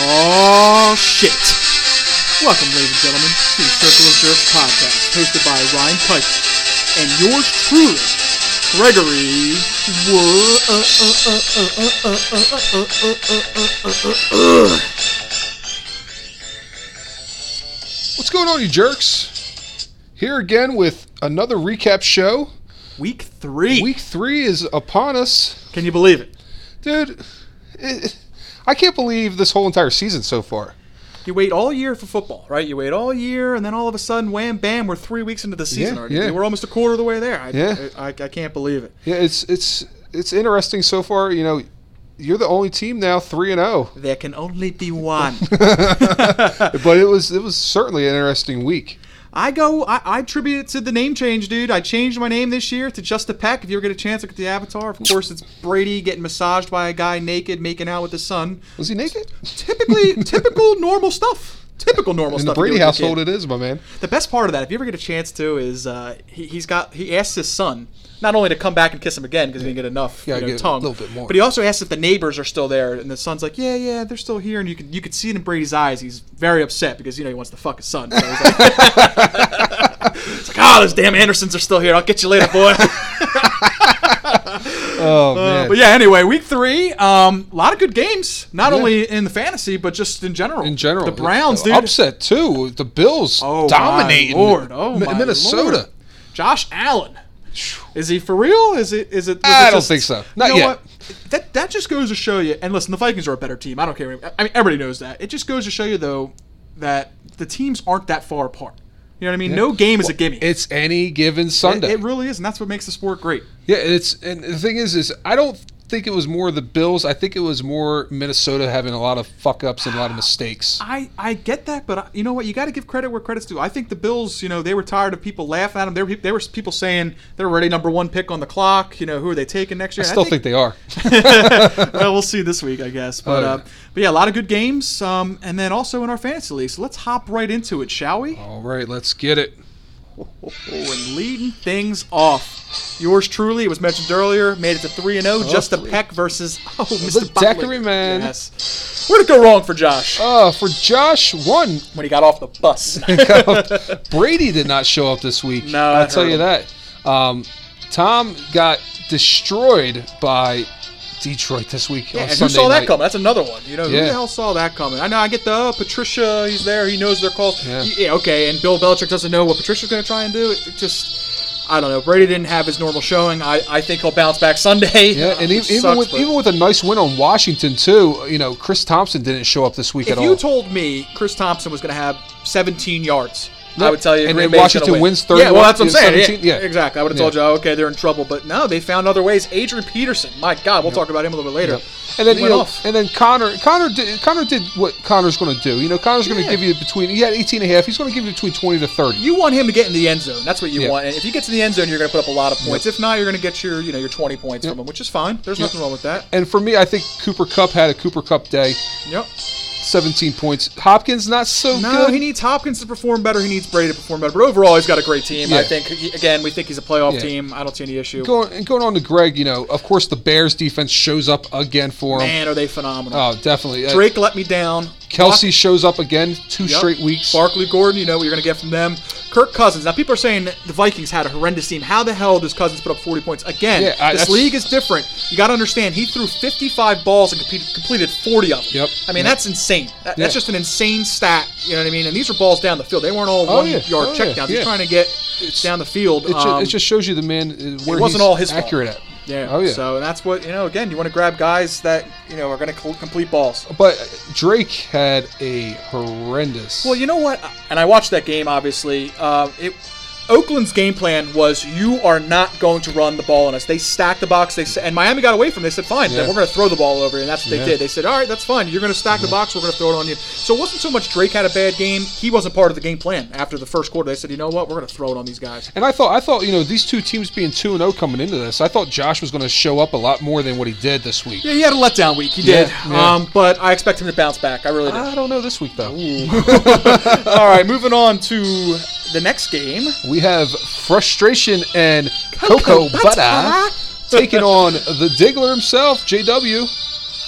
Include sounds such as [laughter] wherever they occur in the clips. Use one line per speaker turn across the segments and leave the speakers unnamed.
Oh shit! Welcome, ladies and gentlemen, to the Circle of Jerks podcast, hosted by Ryan Pike and yours truly, Gregory. Wo-
What's going on, you jerks? Here again with another recap show.
Week three.
Week three is upon us,
Can you believe it?
dude. It, I can't believe this whole entire season so far.
You wait all year for football, right? You wait all year, and then all of a sudden, wham, bam, we're three weeks into the season
Yeah,
already.
yeah.
We're almost a quarter of the way there. I,
Yeah.
I, I, I can't believe it.
Yeah, it's it's it's interesting so far. You know, you're the only team now three and oh.
[laughs]
zero,
There can only be one. [laughs]
but it was it was certainly an interesting week.
I go. I, I attribute it to the name change, dude. I changed my name this year to Just a Peck. If you ever get a chance, look at the avatar. Of course, it's Brady getting massaged by a guy naked, making out with the sun.
Was he naked?
Typically, [laughs] typical normal stuff. Typical normal
In the
stuff. you
Brady
do with a
household,
kid.
it is, my man.
The best part of that, if you ever get a chance to, is uh, he, he's got he asks his son not only to come back and kiss him again because he didn't get enough
Yeah,
you know,
get a
tongue,
little bit more.
but he also asks if the neighbors are still there, and the son's like, yeah, yeah, they're still here, and you could you could see it in Brady's eyes. He's very upset because you know he wants to fuck his son. So he's like, [laughs] it's like, ah, those damn Andersons are still here. I'll get you later,
[laughs]
boy. [laughs]
Oh
Uh,
man.
but yeah, anyway, week three, um, a lot of good games, not
Yeah.
only in the fantasy but just in general.
In general,
the Browns, dude,
upset too. The Bills
Oh, my
dominating
Lord. Oh,
Mi-
my
Minnesota.
Lord. Josh Allen. Is he for real? Is it? Is it? was
I
it
don't think so. Not yet.
That that just goes to show you. And listen, the Vikings are a better team. I don't care. I mean, everybody knows that. It just goes to show you though that the teams aren't that far apart. You know what I mean? No game is a gimme. It,
It's any given Sunday.
it really is, and that's what makes the sport great.
yeah, it's and the thing is, is I don't think it was more the Bills. I think it was more Minnesota having a lot of fuck ups and a lot of mistakes.
I, I get that, but I, you know what? You got to give credit where credit's due. I think the Bills, you know, they were tired of people laughing at them. There were, peop- there were people saying they're already number one pick on the clock. You know, who are they taking next year?
I still think,
[laughs]
they are.
well, we'll see this week, I guess. But
Oh,
uh, but yeah, a lot of good games, um, and then also in our fantasy league. So let's hop right into it, shall we?
All right, let's get it.
Oh, and leading things off, yours truly. It was mentioned earlier. Made it to three and zero. Just a
Oh, please.
peck versus oh,
The
Mr.
Daiquiri
Butler.
Man.
Yes. Where'd it go wrong for Josh
Uh, for Josh, one [laughs]
when he got off the bus?
Brady did not show up this week.
No, I
I'll tell
heard
you
him.
that. Um, Tom got destroyed by Detroit this week
Yeah,
on
and who
Sunday
saw that
night.
coming? That's another one. You know, who the
Yeah.
hell saw that coming? I know. I get the oh, Patricia. He's there. He knows their calls. Yeah.
Yeah.
Okay. And Bill Belichick doesn't know what Patricia's going to try and do. It, it just, I don't know. Brady didn't have his normal showing. I, I think he'll bounce back Sunday.
Yeah,
[laughs]
and
uh,
even,
which
even
sucks,
with
but-
even with a nice win on Washington too, you know, Chris Thompson didn't show up this week
if
at
you
all.
told me Chris Thompson was going to have 17 yards, I
Yeah,
would tell you.
and
Green
then
Bay's gonna
Washington
win.
wins
Yeah, well, that's what I'm
31,
saying.
17,
Yeah,
yeah.
exactly. I would have told you, oh, okay, they're in trouble, but no, they found other ways. Adrian Peterson, my God, we'll talk about him a little bit later.
and then
He
you
went
know,
off.
and then Connor, Connor did, Connor did what Connor's going to do. You know, Connor's going
Yeah.
to give you between. He had 18 and a half. He's going to give you between 20 to 30.
You want him to get in the end zone. That's what you
Yeah.
want. And if you get to the end zone, you're going to put up a lot of points. If not, you're going to get your, you know, your 20 points from him, which is fine. There's nothing wrong with that.
And for me, I think Cooper Cup had a Cooper Cup day.
Yep.
17 points. Hopkins not so
No,
good.
he needs Hopkins to perform better. He needs Brady to perform better. But overall, he's got a great team. I
Yeah.
think he- again, we think he's a playoff
Yeah.
team. I don't see any issue.
going and going on to Greg. You know, of course, the Bears defense shows up again for him.
Man, are they phenomenal?
Oh, definitely. Uh,
Drake let me down.
Kelsey shows up again two
Yep.
straight weeks.
Barkley Gordon, you know what you're going to get from them. Kirk Cousins. Now, people are saying the Vikings had a horrendous team. How the hell does Cousins put up 40 points? Again,
Yeah, I-
this
that's-
league is different. You got to understand, he threw 55 balls and completed, completed 40 of them.
Yep.
I mean,
Yep.
that's insane. That-
Yeah.
That's just an insane stat. You know what I mean? And these are balls down the field. They weren't all
Oh,
Oh,
one
yeah.
yard
Oh, yeah.
checkdowns. He's
Yeah.
trying to get down the field.
It, ju-
Um,
it just shows you the man uh, where
it wasn't
he's
all his fault.
accurate at.
yeah.
Oh yeah.
So and that's what you know. Again, you want to grab guys that you know are going to complete balls.
But Drake had a horrendous.
Well, you know what? And I watched that game. Obviously, uh, it, Oakland's game plan was you are not going to run the ball on us. They stacked the box. They sa- and Miami got away from. It. They said, "Fine, then
Yeah.
we're going to throw the ball over." you," And that's what they
Yeah.
did. They said, "All right, that's fine. You're going to stack the box. We're going to throw it on you." So it wasn't so much Drake had a bad game. He wasn't part of the game plan. After the first quarter, they said, "You know what? We're going to throw it on these guys."
and I thought, I thought, you know, these two teams being two and zero coming into this, I thought Josh was going to show up a lot more than what he did this week.
Yeah, he had a letdown week. He
Yeah,
did.
yeah.
Um, but I expect him to bounce back. I really do.
I don't know this week though.
All right, moving on to the next game.
We have frustration and cocoa butter taking on the Diggler himself, JW.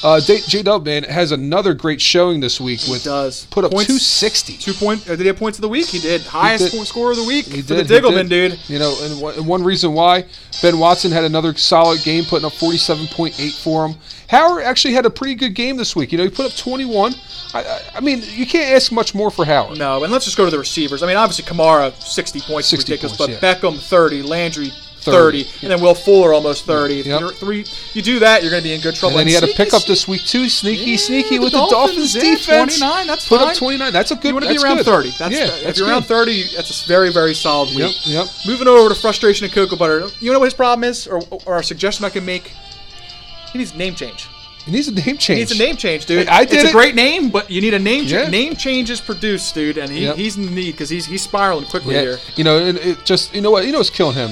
Uh, J Dub man has another great showing this week with
does.
put up
Points-
two sixty.
Two point. Uh, did he have points of the week? He did. Highest
did.
point score of the week
He
for
did.
the
he
Diggleman,
did.
dude.
You know, and one, and one reason why Ben Watson had another solid game, putting up 47.8 for him. Howard actually had a pretty good game this week. You know, he put up 21. I, I, I mean, you can't ask much more for Howard.
No, and let's just go to the receivers. I mean, obviously Kamara sixty points, is
60
ridiculous,
points,
but Beckham thirty, Landry.
30,
30, and then Will Fuller almost 30. If
Yep.
you're at three, you do that, you're going to be in good trouble.
And then he had a
sneaky,
pickup this week too, sneaky,
Yeah,
sneaky
the
with the Dolphins,
Dolphins, yeah,
defense.
29, that's
put up
fine.
29. That's a good.
You want to be
that's
around
good.
30. That's,
yeah,
if
that's
you're
good.
around 30, you- that's a very, very solid
Yep,
week.
yep.
Moving over to frustration and cocoa butter. You know what his problem is, or, or our suggestion I can make? He needs a name change.
He needs a name change.
He needs a name change, dude.
I did
It's
it.
a great name, but you need a name change.
Yeah.
Name change is produced, dude, and he,
Yep.
he's in need because he's he's spiraling quickly
Yeah,
here.
you know, and it just you know what you know what's killing him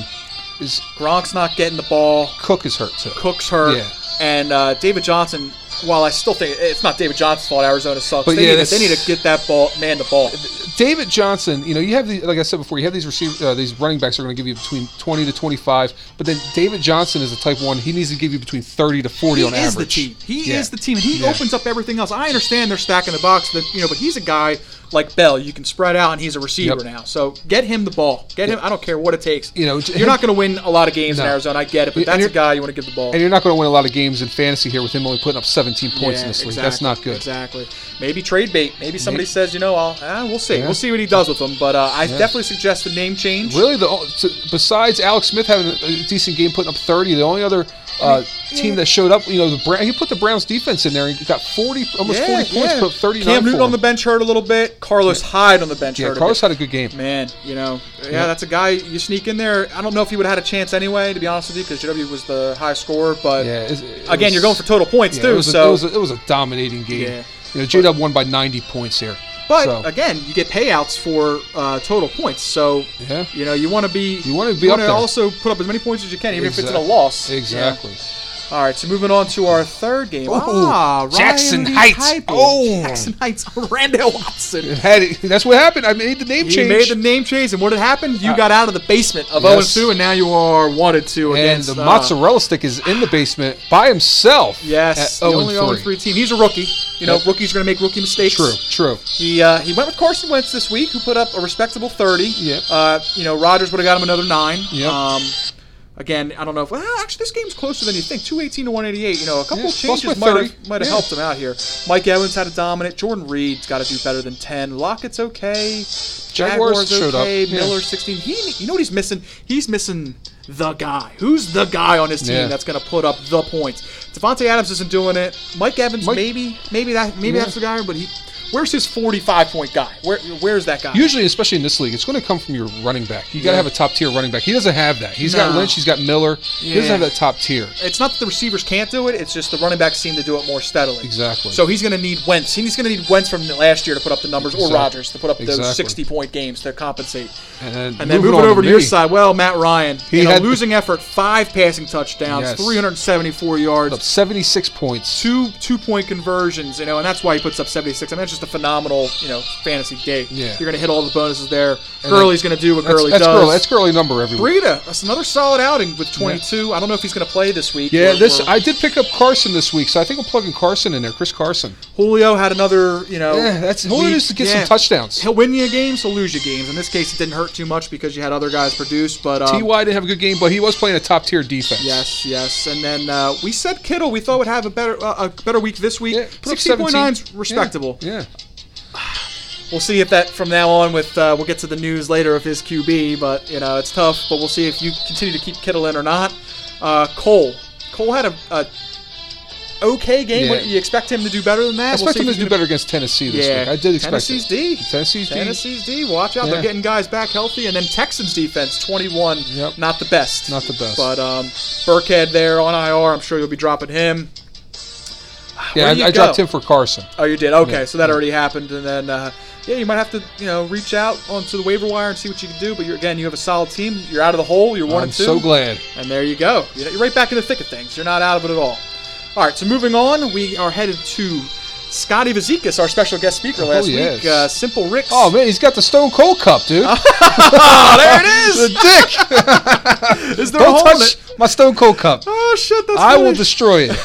is
Gronk's not getting the ball.
Cook is hurt too.
Cook's hurt,
Yeah.
and uh, David Johnson. While I still think it's not David Johnson's fault, Arizona sucks.
But
they,
yeah,
need to,
that's-
they need to get that ball, man, the ball.
David Johnson, you know, you have the like I said before, you have these receiver, uh, these running backs are going to give you between twenty to twenty five, but then David Johnson is a type one. He needs to give you between thirty to forty
He
on
is
average.
the team. He
Yeah.
is the team, and he
Yeah.
opens up everything else. I understand they're stacking the box, but you know, but he's a guy like Bell. You can spread out, and he's a receiver
Yep.
now. So get him the ball. Get him. I don't care what it takes.
You know, j-
you're not going to win a lot of games in
No.
Arizona. I get it, but
And
that's a
you're-
guy you want to give the ball.
And you're not going to win a lot of games in fantasy here with him only putting up seventeen points
Yeah,
in this league. That's not good.
Exactly. Maybe trade bait. Maybe somebody
Maybe-
says, you know, I'll, ah, we'll see.
Yeah.
We'll see what he does with them. But uh, I definitely suggest the name change.
Really, the o- so besides Alex Smith having a a decent game, putting up thirty, the only other uh, team that showed up, you know, the Brown, he put the Browns defense in there and got forty, almost forty points, put up thirty nine.
Cam Newton on the bench hurt a little bit. Carlos Hyde on the bench
yeah,
hurt.
Carlos
a
had a good game.
bit. Man, you know, yeah, that's a guy you sneak in there. I don't know if he would have had a chance anyway, to be honest with you, because JW was the high scorer. But
Yeah, it's- it
again,
was-
you're going for total points
Yeah,
too.
it was a,
so,
it was a, it was a dominating game.
Yeah.
You know, J Dub won by 90 points here.
but
So,
again, you get payouts for uh, total points. So
Yeah.
you know, you want to be
You wanna be up
want to
there.
also put up as many points as you can, even if it's
Exact-
in a loss. Yeah.
exactly.
All right, so moving on to our third game. ah, Ryan
Jackson
Lee
Heights.
Heupel.
Oh.
Jackson Heights. [laughs] Randall Watson.
It had it- that's what happened. I made the name
You
change.
made the name change, and what had happened? You
Uh,
got out of the basement of
yes.
0 2, and now you are wanted to
and
against
the
uh,
mozzarella stick is in the basement by himself.
Yes,
at
the
0
only 0
and
3
3.
team. He's a rookie. You know,
Yep.
rookies are going to make rookie mistakes.
True, true.
He uh, he went with Carson Wentz this week, who put up a respectable thirty.
Yep.
Uh, you know, Rodgers would have got him another nine.
Yep.
Um, again, I don't know if well, actually this game's closer than you think. Two eighteen to one eighty eight. You know, a couple
Yeah,
of
plus by
changes might
30.
have might have
Yeah.
helped him out here. Mike Evans had a dominant. Jordan Reed's got to do better than ten. Lockett's okay.
Jaguars showed up,
okay.
yeah.
Miller sixteen. He you know what he's missing? He's missing the guy. Who's the guy on his team
Yeah.
that's going to put up the points? Devontae Adams isn't doing it. Mike Evans
Mike-
maybe maybe that maybe
Yeah.
that's the guy, but he where's his 45 point guy? Where where's that guy?
Usually, especially in this league, it's going to come from your running back. You got to
Yeah.
have a top tier running back. He doesn't have that. He's got
No.
Lynch. He's got Miller. He doesn't
Yeah.
have that top tier.
it's not that the receivers can't do it. It's just the running backs seem to do it more steadily.
Exactly.
So he's going to need Wentz. He's going to need Wentz from last year to put up the numbers,
Exact-
or Rodgers to put up
exactly.
those 60 point games to compensate.
And then,
And then moving
on
over to your
me,
side, well, Matt Ryan,
He
in
had-
a losing effort, five passing touchdowns,
Yes.
374 yards,
up 76 points.
two two point conversions, you know, and that's why he puts up 76. I mean, it's just a phenomenal, you know, fantasy day.
Yeah.
You're going to hit all the bonuses there.
And
Gurley's going to do what
That's,
Gurley
that's
does.
girly. That's girly number every week.
Breida, that's another solid outing with 22. I don't know if he's going to play this week.
Yeah,
Or-
this
or-
I did pick up Carson this week, so I think I'm plugging Carson in there. Chris Carson.
Julio had another, you know.
Yeah, that's
week.
Julio needs to get some
Yeah.
touchdowns.
He'll win you games, he'll lose you games. In this case, it didn't hurt too much because you had other guys produce, but. Um,
Ty didn't have a good game, but he was playing a top tier defense.
Yes, yes, and then uh, we said Kittle. We thought would have a better uh, a better week this week.
Yeah, put up
Sixty point
17.
nine's respectable.
Yeah, yeah.
We'll see if that from now on. With uh, we'll get to the news later of his QB, but you know it's tough. But we'll see if you continue to keep Kittle in or not. Uh, Cole, Cole had a, a okay game.
Yeah.
What, you expect him to do better than that?
I
We'll
expect
see
him
if
to
he's
do better against Tennessee this
Yeah.
week. I did expect
Tennessee's
it.
D.
Tennessee's D.
Tennessee's D. Watch out.
Yeah.
They're getting guys back healthy. And then Texans defense, 21.
Yep.
Not the best.
Not the best.
But um, Burkhead there on IR. I'm sure you'll be dropping him.
Yeah,
Where do
I,
you
I dropped
go?
him for Carson.
Oh, you did? Okay.
Yeah.
So that already happened. And then, uh, yeah, you might have to, you know, reach out onto the waiver wire and see what you can do. But you're, again, you have a solid team. You're out of the hole. You're one
I'm
and two.
so glad.
And there you go. You're you're right back in the thick of things. You're not out of it at all. All right, so moving on, we are headed to Scotty Vazekas, our special guest speaker last
Oh, yes.
week. Uh, Simple Ricks.
Oh man, he's got the Stone Cold Cup,
[laughs]
dude.
Oh, there it is.
[laughs] the dick.
Is there a
Don't
hole in
touch
it?
my Stone Cold Cup.
Oh shit, that's [laughs]
I will
funny.
destroy it.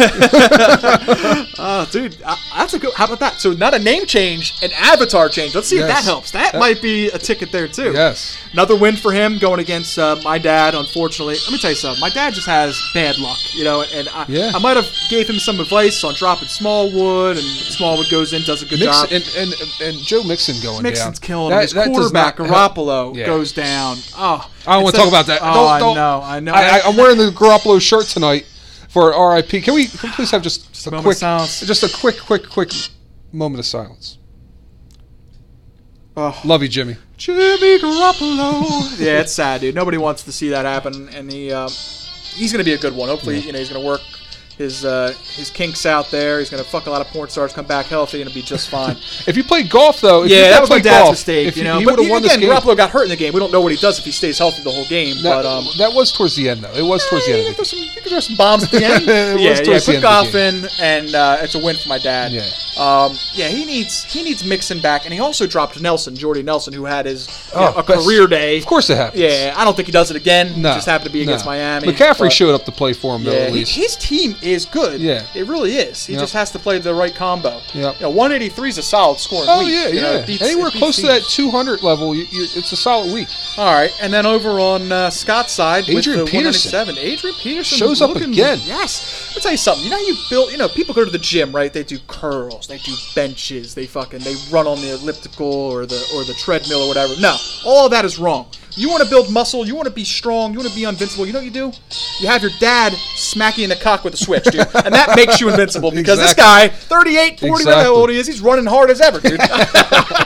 Uh, dude, uh, that's a good. How about that? So not a name change, an avatar change. Let's see if that
Yes.
helps. That
That-
might be a ticket there too.
Yes.
Another win for him going against uh, my dad. Unfortunately, let me tell you something. My dad just has bad luck, you know. And I,
Yeah.
I might have gave him some advice on dropping Smallwood, and Smallwood goes in, does a good
Mixon,
job.
and, and and Joe Mixon going
Mixon's
down.
killing
That-
him. His
that does
quarterback
not help.
Garoppolo
Yeah.
goes down. Oh,
I don't want
it's
to talk
a-
about that.
Oh,
Don't-
I
don't-
know. I know.
I, am wearing the Garoppolo shirt tonight for RIP. Can we, can we please have just, a
moment of
quick,
silence.
just a quick, quick, quick moment of silence?
Oh.
Love you, Jimmy.
Jimmy Garoppolo. yeah, it's sad, dude. Nobody wants to see that happen, and he um, he's gonna be a good one. Hopefully, you know, he's gonna work his uh, his kinks out there. He's gonna fuck a lot of porn stars, come back healthy, and it'll be just fine.
If you played golf, though, [laughs] if you
yeah,
had
that was my
played
dad's
golf,
mistake,
if
you
he-
know.
he
but
would've
e-
won this
again,
game.
Garoppolo got hurt in the game. We don't know what he does if he stays healthy the whole game.
That,
but um,
that was towards the end, though. It was towards the
yeah,
end.
you
of
can throw
the
some, you can throw some bombs at the end.
[laughs] It was
yeah, yeah.
towards the
Put
end of
Goff
the
in, and uh, it's a win for my dad.
Yeah.
Um, yeah, he needs he needs Mixon back, and he also dropped Nelson, Jordy Nelson, who had his you
Oh,
know, a
that's-
career day.
Of course it happens.
Yeah, I don't think he does it again.
No,
it just happened to be
no.
against Miami.
McCaffrey
but-
showed up to play for him, though,
Yeah,
at
he-
least.
his team is good.
Yeah.
it really is. He
Yep.
just has to play the right combo.
Yep.
You know, 183 is a solid scoring
Oh
week.
yeah,
you
yeah.
know, it uh, beats-
Anywhere
it beats
close to
teams.
that 200 level, you, you, it's a solid week.
All right, and then over on uh, Scott's side
Adrian
with the
Peterson.
197, Adrian Peterson
Shows up
looking-
again.
Yes, let me tell you something. You know how you build. You know people go to the gym, right? They do curls, they do benches, they fucking they run on the elliptical or the or the treadmill or whatever. No, all that is wrong. You want to build muscle. You want to be strong. You want to be invincible. You know what you do? You have your dad smack you in the cock with a switch, dude, and
[laughs]
that makes you invincible because
Exactly.
this guy, 38, 40, whatever
Exactly.
how old he is, he's running hard as ever, dude. [laughs]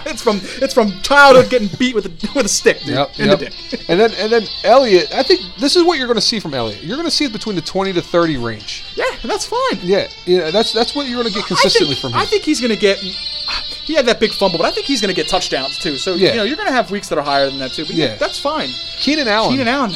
it's from it's from childhood getting beat with a with a stick, dude,
Yep,
in
yep.
the dick.
and then and then Elliot, I think this is what you're going to see from Elliot. You're going to see it between the 20 to 30 range.
Yeah, and that's fine.
Yeah, yeah. That's that's what you're going to get
I
consistently
think,
from him.
I think he's going to get. He had that big fumble, but I think he's going to get touchdowns too. So
Yeah.
you know you're going to have weeks that are higher than that too. But yeah,
Yeah.
that's fine.
Keenan Allen
Keenan Allen,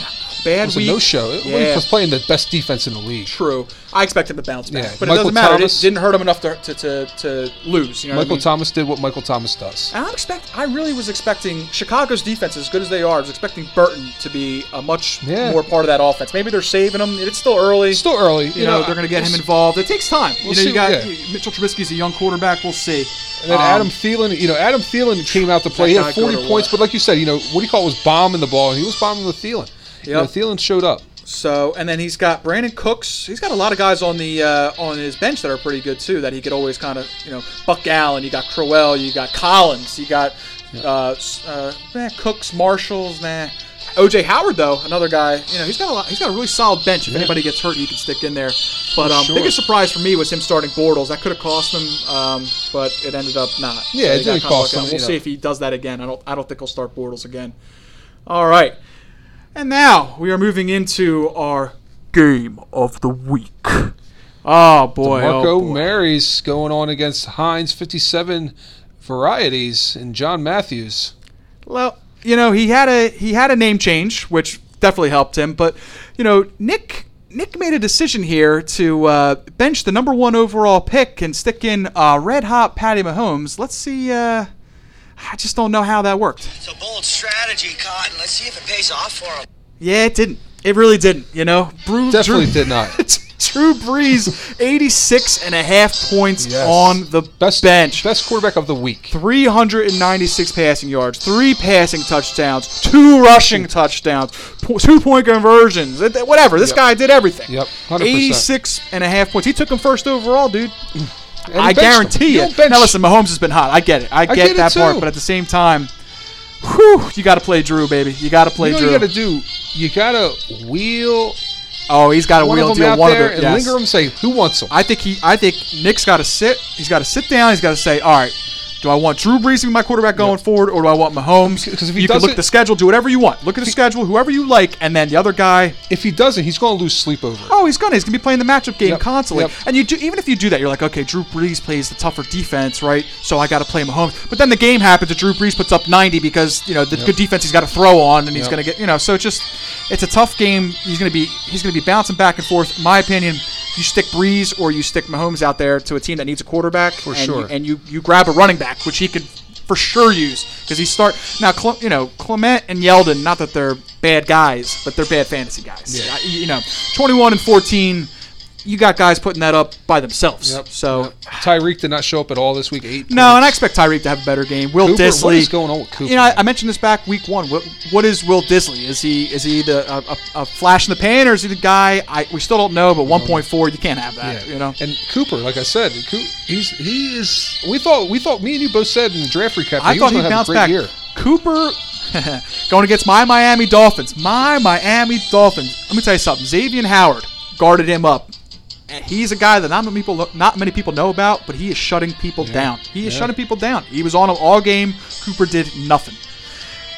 bad
was a
week.
no-show. It- He
Yeah.
was playing the best defense in the league.
True. I expect him to bounce back,
Yeah,
but
Michael
it doesn't matter.
Thomas-
It didn't hurt him enough to to, to, to lose. You know what I
Michael
mean?
Thomas did what Michael Thomas does.
And I expect. I really was expecting Chicago's defense, as good as they are, I was expecting Burton to be a much
Yeah.
more part of that offense. Maybe they're saving him. It's still early.
It's still early.
you know, they're going to get him involved. It takes time.
We'll
you know,
see-
you got
yeah.
Mitchell Trubisky's a young quarterback. We'll see.
And then
Um,
Adam Thielen, you know, Adam Thielen came out to play. He had
that guy good
40
or
points,
what?
but like you said, you know, what do you call it was bombing the ball, and he was bombing the Thielen. You know,
Yep.
Thielen showed up.
So, and then he's got Brandon Cooks. He's got a lot of guys on the uh, on his bench that are pretty good too. That he could always kind of you know Buck Allen. You got Crowell. You got Collins. You got uh, s- uh, eh, Cooks, Marshalls. Nah. OJ Howard though, another guy. You know, he's got a lot, he's got a really solid bench. If anybody gets hurt, he can stick in there. But um,
sure.
biggest surprise for me was him starting Bortles. That could have cost him, um, but it ended up not.
Yeah, it
they got
didn't
kinda
cost
lucky.
him,
We'll
you know.
see if he does that again. I don't I don't think he'll start Bortles again. All right. And now we are moving into our game of the week. Oh boy,
Marco
oh boy.
Mary's going on against Hines 57 varieties and John Matthews.
Well, you know he had a he had a name change, which definitely helped him. But you know Nick Nick made a decision here to uh, bench the number one overall pick and stick in uh, red hot Patty Mahomes. Let's see. Uh, I just don't know how that worked.
It's a bold strategy, Cotton. Let's see if it pays off for him.
Yeah, it didn't. It really didn't. You know, Brew, [laughs]
Definitely
Drew-
did not.
Drew Brees, 86 and a half points
Yes.
on the
Best
bench.
best quarterback of the week.
396 passing yards, three passing touchdowns, two rushing touchdowns, po- two point conversions, it- whatever. This guy did everything.
Yep, 100%.
86 and a half points. He took him first overall, dude.
[clears throat] And he
I
benched him.
guarantee
You
you.
don't bench-
Now listen, Mahomes has been hot. I get it. I get,
get it
that part,
too.
but at the same time, whew, you got to play Drew, baby. You got to play
you know
Drew.
what you got to do? You got to wheel
oh, he's got a
one
wheel
of them
deal.
out
one
there
of it,
and
yes.
linger him. Say who wants him?
I think he. I think Nick's got to sit. He's got to sit down. He's got to say, all right. Do I want Drew Brees to be my quarterback going forward, or do I want Mahomes?
'Cause if he
you can
does
look
it-
at the schedule, do whatever you want. Look at the schedule, whoever you like, and then the other guy.
if he doesn't, he's going to lose sleep over. it.
Oh, he's gonna. He's gonna be playing the matchup game
Yep,
constantly.
yep.
And you do even if you do that, you're like, okay, Drew Brees plays the tougher defense, right? So I got to play Mahomes. But then the game happens, and Drew Brees puts up 90 because you know the good defense he's got to throw on, and he's
Yep.
gonna get you know. So it's just, it's a tough game. He's gonna be he's gonna be bouncing back and forth. My opinion, you stick Brees or you stick Mahomes out there to a team that needs a quarterback for
sure.
and you you grab a running back, which he could for sure use because he start now. Cle, you know Clement and Yeldon, not that they're bad guys, but they're bad fantasy guys.
Yeah.
I- you know, 21 and 14. you got guys putting that up by themselves.
Yep.
So
Tyreek did not show up at all this week. Eight.
no, and I
points.
expect Tyreek to have a better game. Will
Cooper,
Disley,
what is going on with Cooper?
You know, I, I mentioned this back week one. What, what is Will Disley? Is he is he the a, a, a flash in the pan, or is he the guy? I we still don't know, but 1.4, you can't have that. You know,
and Cooper, like I said, Coo- he's he is. We thought we thought me and you both said in the draft recap. That
I
he
thought he
was gonna have
bounced
a great
back.
year.
Cooper [laughs] going against my Miami Dolphins. My Miami Dolphins. Let me tell you something. Xavier Howard guarded him up. And he's a guy that not many people lo- not many people know about, but he is shutting people down. He is
Yeah.
shutting people down. He was on him all game. Cooper did nothing.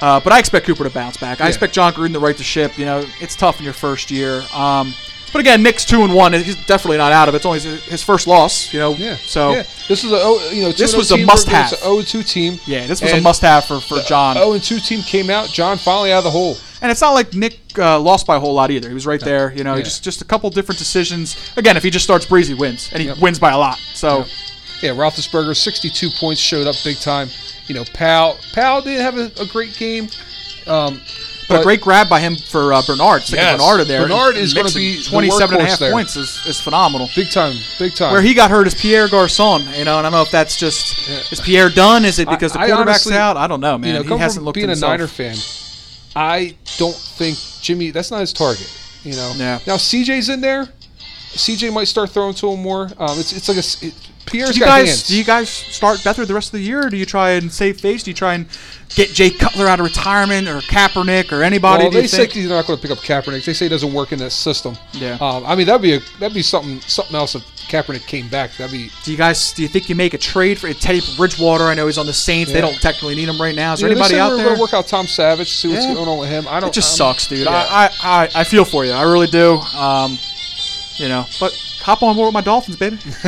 Uh, but I expect Cooper to bounce back. I expect John Gruden to right the ship. You know, it's tough in your first year. Um, but again, Nick's two and one. He's definitely not out of it. It's only his, his first loss. You know,
Yeah.
so
yeah. this is a oh, you know
This
2-0
was a
team
must-have.
versus An 0-2 team.
yeah, this was a
And
must-have for for John.
Oh, and two team came out. John finally out of the hole.
And it's not like Nick uh, lost by a whole lot either. He was right there. You know, he
Yeah.
just just a couple different decisions. Again, if he just starts breezy, he wins, and he
Yep.
wins by a lot. So
Yeah, Roethlisberger, 62 points, showed up big time. You know, Powell, Powell did have a, a great game. Um,
But, a great grab by him for uh, Bernard. Sticking
Yes.
Bernard in there.
Bernard
and
is gonna
mixing
be the
27 and a
workhorse
half
there.
points is, is phenomenal.
big time, big time.
Where he got hurt is Pierre Garcon, you know, and I don't know if that's just
Yeah.
is Pierre done? Is it because the
I- I
quarterback's
honestly-
out? I don't know, man.
you know,
he
coming
hasn't
from
looked
being
himself.
a Niner fan, I don't think Jimmy. That's not his target. You know.
Yeah.
Now CJ's in there. CJ might start throwing to him more. Um, it's it's like a s- it, Pierre's
Do you
got
guys
hands.
do you guys start Beathard the rest of the year, or do you try and save face? Do you try and get Jay Cutler out of retirement, or Kaepernick, or anybody?
well,
do you
they say
think?
he's not going to pick up Kaepernick. They say he doesn't work in that system.
Yeah.
Um, I mean, that'd be a, that'd be something something else if Kaepernick came back. That'd be
Do you guys? Do you think you make a trade for Teddy Bridgewater? I know he's on the Saints. They
Yeah.
don't technically need him right now. Is
You
there
know,
anybody
they said
out
we're
there?
gonna work out Tom Savage, see what's
Yeah.
going on with him. I don't.
It just
I'm-
sucks, dude.
yeah.
I, I, I I feel for you. I really do. Um, you know, but hop on board with my Dolphins, baby. [laughs]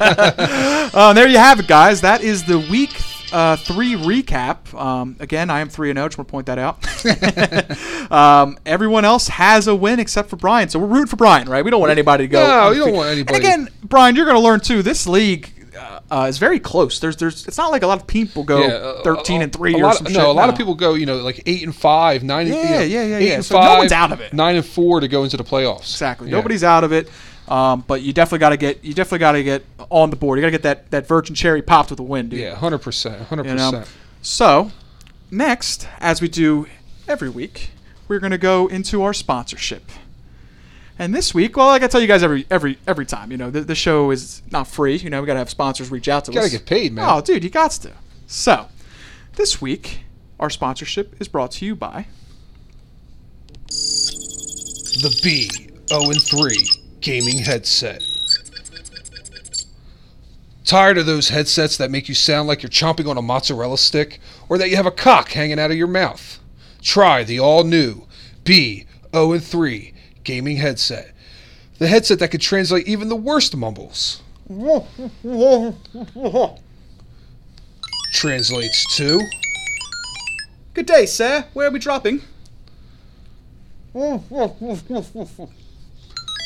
uh, there you have it, guys. That is the week uh, three recap. Um, again, I am three and zero. Just want to point that out. [laughs] um, everyone else has a win except for Brian, so we're rooting for Brian, right? We don't want anybody to go.
No, you don't
undefe-
want anybody.
And again, Brian, you're going to learn too. This league. Uh, uh, is very close. There's, there's. It's not like a lot of people go
Yeah, uh,
thirteen
uh,
and three
a
or
lot,
some
no,
shit.
a lot of people go, you know, like eight and five, nine. and, you
Yeah,
know,
yeah, yeah,
Eight
yeah.
and
So no
five,
one's out of it.
Nine and four to go into the playoffs.
Exactly.
Yeah.
Nobody's out of it. Um, but you definitely got to get you definitely got to get on the board. You got to get that that virgin cherry popped with a win, dude.
Yeah, hundred percent, hundred
You know?
percent.
So, next, as we do every week, we're gonna go into our sponsorship. And this week, well, like I tell you guys every every every time, you know, the, the show is not free. You know, we gotta have sponsors reach out to
Gotta
us.
get paid, man.
Oh, dude, you got to. So, this week, our sponsorship is brought to you by
The B, zero and three gaming headset. Tired of those headsets that make you sound like you're chomping on a mozzarella stick or that you have a cock hanging out of your mouth? Try the all new B03 gaming headset. The headset that could translate even the worst mumbles. Translates to
Good day, sir. Where are we dropping?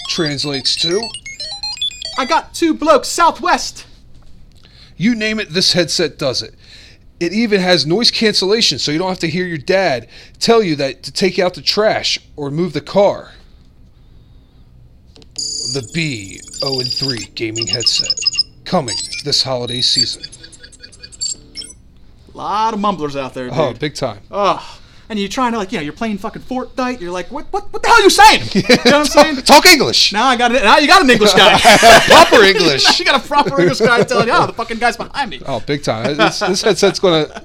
translates to
I got two blokes southwest.
You name it, this headset does it. It even has noise cancellation so you don't have to hear your dad tell you that to take out the trash or move the car. The B 0 and 3 gaming headset coming this holiday season.
lot of mumblers out there, dude.
Oh, big time.
Ugh. And you're trying to like, you know, you're playing fucking Fortnite. You're like, what, what, what the hell are you
[laughs]
saying? You know what I'm saying?
Talk English.
Now I got it. Now you got an English guy.
[laughs]
[laughs]
Proper
now
English.
you got a proper English guy telling you, oh, the fucking guy's behind me.
[laughs] Oh, big time. This, this headset's going to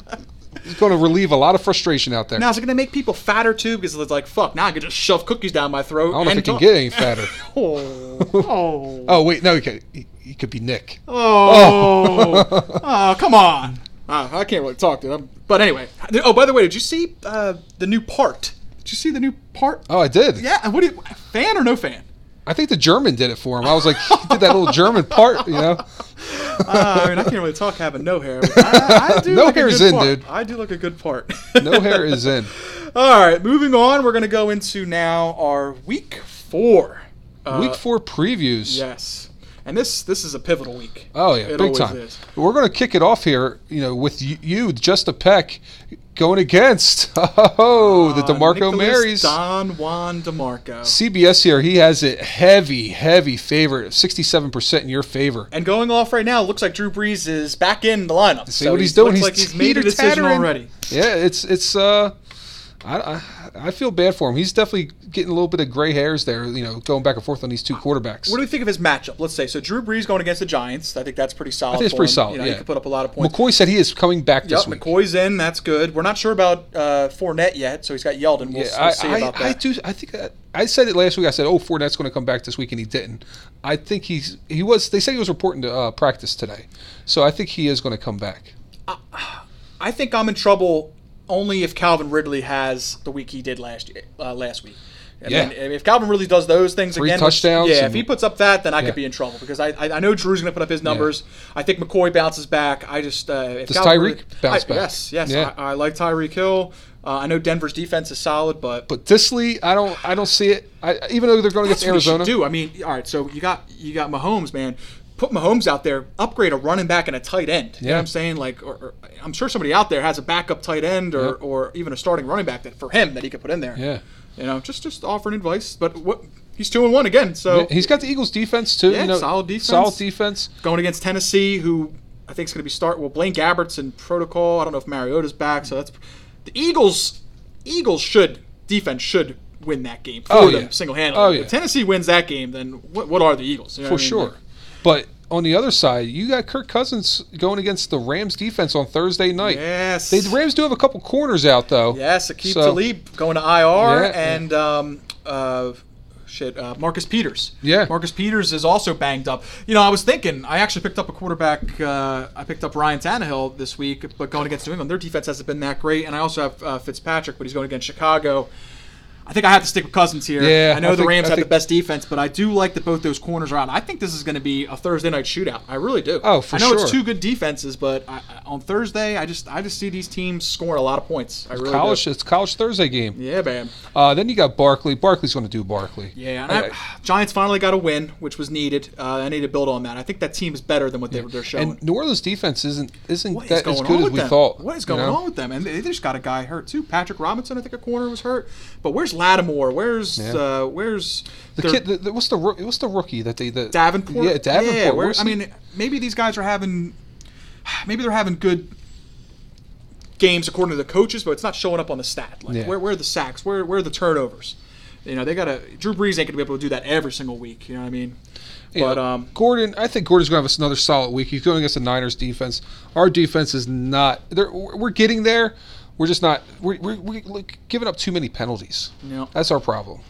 it's going to relieve a lot of frustration out there.
Now is it gonna make people fatter too? Because it's like, fuck. Now I can just shove cookies down my throat.
I don't know if
and
it can
talk.
get
[laughs]
any fatter. [laughs]
Oh, oh,
Oh, wait, no, he could, he, he could be Nick.
oh, oh, come on. Uh, I can't really talk to them. But anyway, oh, by the way, did you see uh, the new part? Did you see the new part?
Oh, I did.
Yeah, and what do you, fan or no fan?
I think the German did it for him. I was like, he did that little German part, you know?
Uh, I mean, I can't really talk having no hair. But I, I do
[laughs] No
look a
hair's
good
in,
part.
dude.
I do look a good part.
No hair is in.
[laughs] All right, moving on. We're gonna go into now our week four. Uh,
Week four previews.
Yes, and this this is a pivotal week.
Oh yeah,
It
big
always
time.
is.
We're going to kick it off here, you know, with y- you, Just a Peck, going against [laughs] oh
Uh,
the Demarco
Nicholas
Marys.
Don Juan DeMarco.
CBS here, he has it heavy, heavy favor, 67% in your favor.
And going off right now, looks like Drew Brees is back in the lineup.
See what he's doing.
Looks
He's
like he's made
teeter
a decision
tattering.
already.
Yeah, it's it's uh I, I I feel bad for him. He's definitely getting a little bit of gray hairs there, you know, going back and forth on these two quarterbacks.
What do we think of his matchup? Let's say so. Drew Brees going against the Giants. I think that's pretty solid.
I think it's
for
pretty
him.
solid,
You know,
yeah.
He could put up a lot of points.
McCoy said he is coming back
Yep,
this week.
McCoy's in. That's good. We're not sure about uh, Fournette yet, so he's got Yeldon. We'll,
Yeah,
we'll
I,
see
I,
about that.
I do. I think that, I said it last week. I said, "Oh, Fournette's going to come back this week," and he didn't. I think he's he was. They said he was reporting to uh, practice today, so I think he is going to come back.
I think I'm in trouble only if Calvin Ridley has the week he did last year, uh, last week. I
Yeah.
mean, if Calvin really does those things
Three
again, which-
touchdowns
yeah.
and-
If he puts up that, then I
Yeah.
could be in trouble because I I, I know Drew's going to put up his numbers. I think McCoy bounces back. I just uh, if
Does
Calvin
Tyreek
Ridley-
bounce
I-
back?
Yes, yes.
Yeah.
I, I like Tyreek Hill. Uh, I know Denver's defense is solid, but
But Disley, I don't. I don't see it. I, even though they're going
that's
against
what you should
Arizona,
do. I mean, all right. So you got you got Mahomes, man. Put Mahomes out there. Upgrade a running back and a tight end. You know
Yeah.
what I'm saying? Like, or, or- I'm sure somebody out there has a backup tight end or,
Yep.
or even a starting running back that for him that he could put in there.
Yeah.
You know, just just offering advice. But what he's two and one again. So
he's got the Eagles' defense too.
Yeah,
you know,
solid defense.
Solid defense.
going against Tennessee, who I think is going to be start. Well, Blaine Gabbert's in protocol. I don't know if Mariota's back, so that's the Eagles. Eagles should defense should win that game for
Oh,
them
yeah.
single handedly.
Oh, yeah.
If Tennessee wins that game, then what, what are the Eagles? You know
for
what I mean?
sure. But on the other side, you got Kirk Cousins going against the Rams defense on Thursday night.
Yes.
They, the Rams do have a couple corners out though.
Yes, Akeem
So-
Talib going to IR
Yeah, yeah.
and um, uh, shit, uh, Marcus Peters.
Yeah.
Marcus Peters is also banged up. You know, I was thinking I actually picked up a quarterback. Uh, I picked up Ryan Tannehill this week, but going against New England, their defense hasn't been that great. And I also have uh, Fitzpatrick, but he's going against Chicago. I think I have to stick with Cousins here.
Yeah,
I know
I
the
think-
Rams
I
have the
think-
best defense, but I do like that both those corners are out. I think this is going to be a Thursday night shootout. I really do.
Oh, for
I know
sure.
it's two good defenses, but I, I- on Thursday, I just I just see these teams scoring a lot of points. I really do.
College, it's college Thursday game.
Yeah, man.
Uh, then you got Barkley. Barkley's going to do Barkley.
Yeah, and I, Giants finally got a win, which was needed. Uh, I need to build on that. I think that team is better than what they, they're showing.
And New Orleans defense isn't isn't
What is
that
going
as
on
good as
with
we
them?
thought.
What is
you
going
know?
on with them? And they they just got a guy hurt too. Patrick Robinson, I think a corner was hurt. But where's Lattimore? Where's
Yeah.
uh, where's
The
their-
kid, the, the, what's the roo- what's the rookie that they the
Davenport?
Yeah, Davenport.
Yeah, where-
Where's
I
he?
mean, maybe these guys are having maybe they're having good games according to the coaches, but it's not showing up on the stat. Like
Yeah.
where, where are the sacks? Where where are the turnovers? You know, they gotta Drew Brees ain't gonna be able to do that every single week. You know what I mean?
You
But
know,
um
Gordon, I think Gordon's going to have another solid week. He's going against the Niners defense. Our defense is not. they're- We're we're getting there. We're just not. We're, we're, we're like, giving up too many penalties.
Yeah.
That's our problem.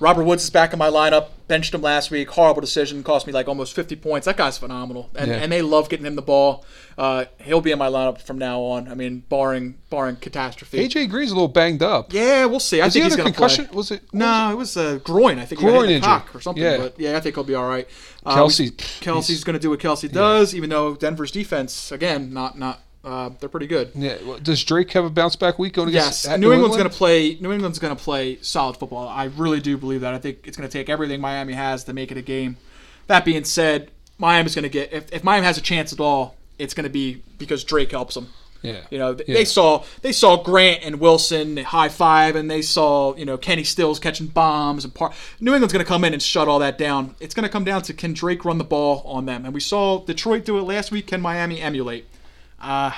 Robert Woods is back in my lineup. Benched him last week. Horrible decision. Cost me like almost 50 points. That guy's phenomenal, and,
Yeah.
and they love getting him the ball. Uh, he'll be in my lineup from now on. I mean, barring barring catastrophe.
AJ Green's a little banged up.
Yeah, we'll see. I
Is
think
he
he's
under
gonna
concussion?
Play.
Was it?
No, it was a groin. I think he got
Groin
hit in the
injury.
cock or something.
Yeah.
But yeah, I think he'll be all right. Uh,
Kelsey-
we- Kelsey's going to do what Kelsey does, even though Denver's defense again not not uh, they're pretty good.
Yeah. well, Does Drake have a bounce back week going
Yes,
against? at
New, England's
England?
going to play. New England's going to play solid football. I really do believe that. I think it's going to take everything Miami has to make it a game. That being said, Miami's going to get if, if Miami has a chance at all, it's going to be because Drake helps them.
Yeah.
You know, th-
Yeah.
they saw they saw Grant and Wilson high five, and they saw you know Kenny Stills catching bombs and par- New England's going to come in and shut all that down. It's going to come down to can Drake run the ball on them, and we saw Detroit do it last week. Can Miami emulate? Uh,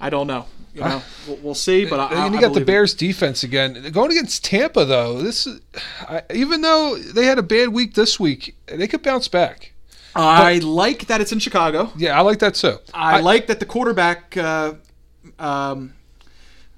I don't know. You know, we'll, we'll see. But I, I,
and Uh, you
I
got the
believe it.
Bears defense again. Going against Tampa though, this is, I, even though they had a bad week this week, they could bounce back.
I like that it's in Chicago.
Yeah, I like that too.
I, like that the quarterback, uh, um,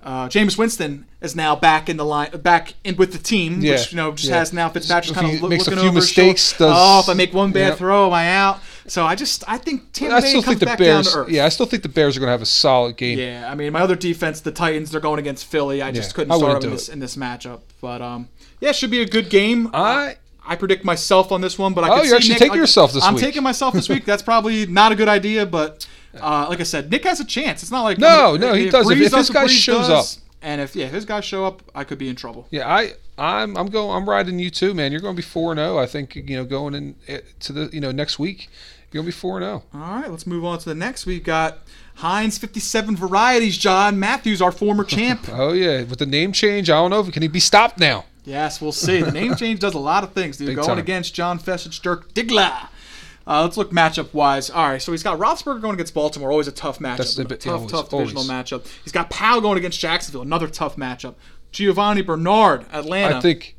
uh, James Winston, is now back in the line, back in with the team,
Yeah,
which you know just
yeah.
has now Fitzpatrick
If
kind
he
of loo-
makes a
looking
few
over his
mistakes,
shoulder.
does-
oh, if I make one bad
Yep.
throw, am I out? So I just I think Tampa
I
Bay
still
comes
think the
back
Bears.
down to earth.
Yeah, I still think the Bears are going to have a solid game.
Yeah, I mean, my other defense, the Titans, they're going against Philly. I just
Yeah,
couldn't
I
start
wouldn't
them in
do
this,
it.
in this matchup. But um, yeah, it should be a good game.
I-
I predict myself on this one, but I
Oh,
could
you're
see
actually
Nick-
taking
I-
yourself this
I'm
week.
taking myself this week. That's probably not a good idea, but uh, like I said, Nick has a chance. It's not like
No, no, he does. If-
Breeze
if this
what
guy
Breeze
shows
does, and if yeah, if his guys show up, I could be in trouble.
Yeah, I, I'm, I'm oh, going. I'm riding you too, man. You're going to be four and zero. I think you know going in eh, to the you know next week. You'll be 4 0.
All right, let's move on to the next. We've got Heinz 57 Varieties, John Matthews, our former champ.
Oh, yeah. With the name change, I don't know. if Can he be stopped now?
yes, we'll see. The name change does a lot of things, dude.
Big
Going
time.
against John Fessich, Dirk Digla. Uh, let's look matchup wise. All right, so he's got Roethlisberger going against Baltimore, always a tough matchup,
That's the bit-
tough,
always,
tough divisional
always.
matchup. He's got Powell going against Jacksonville, another tough matchup. Giovanni Bernard, Atlanta.
I think.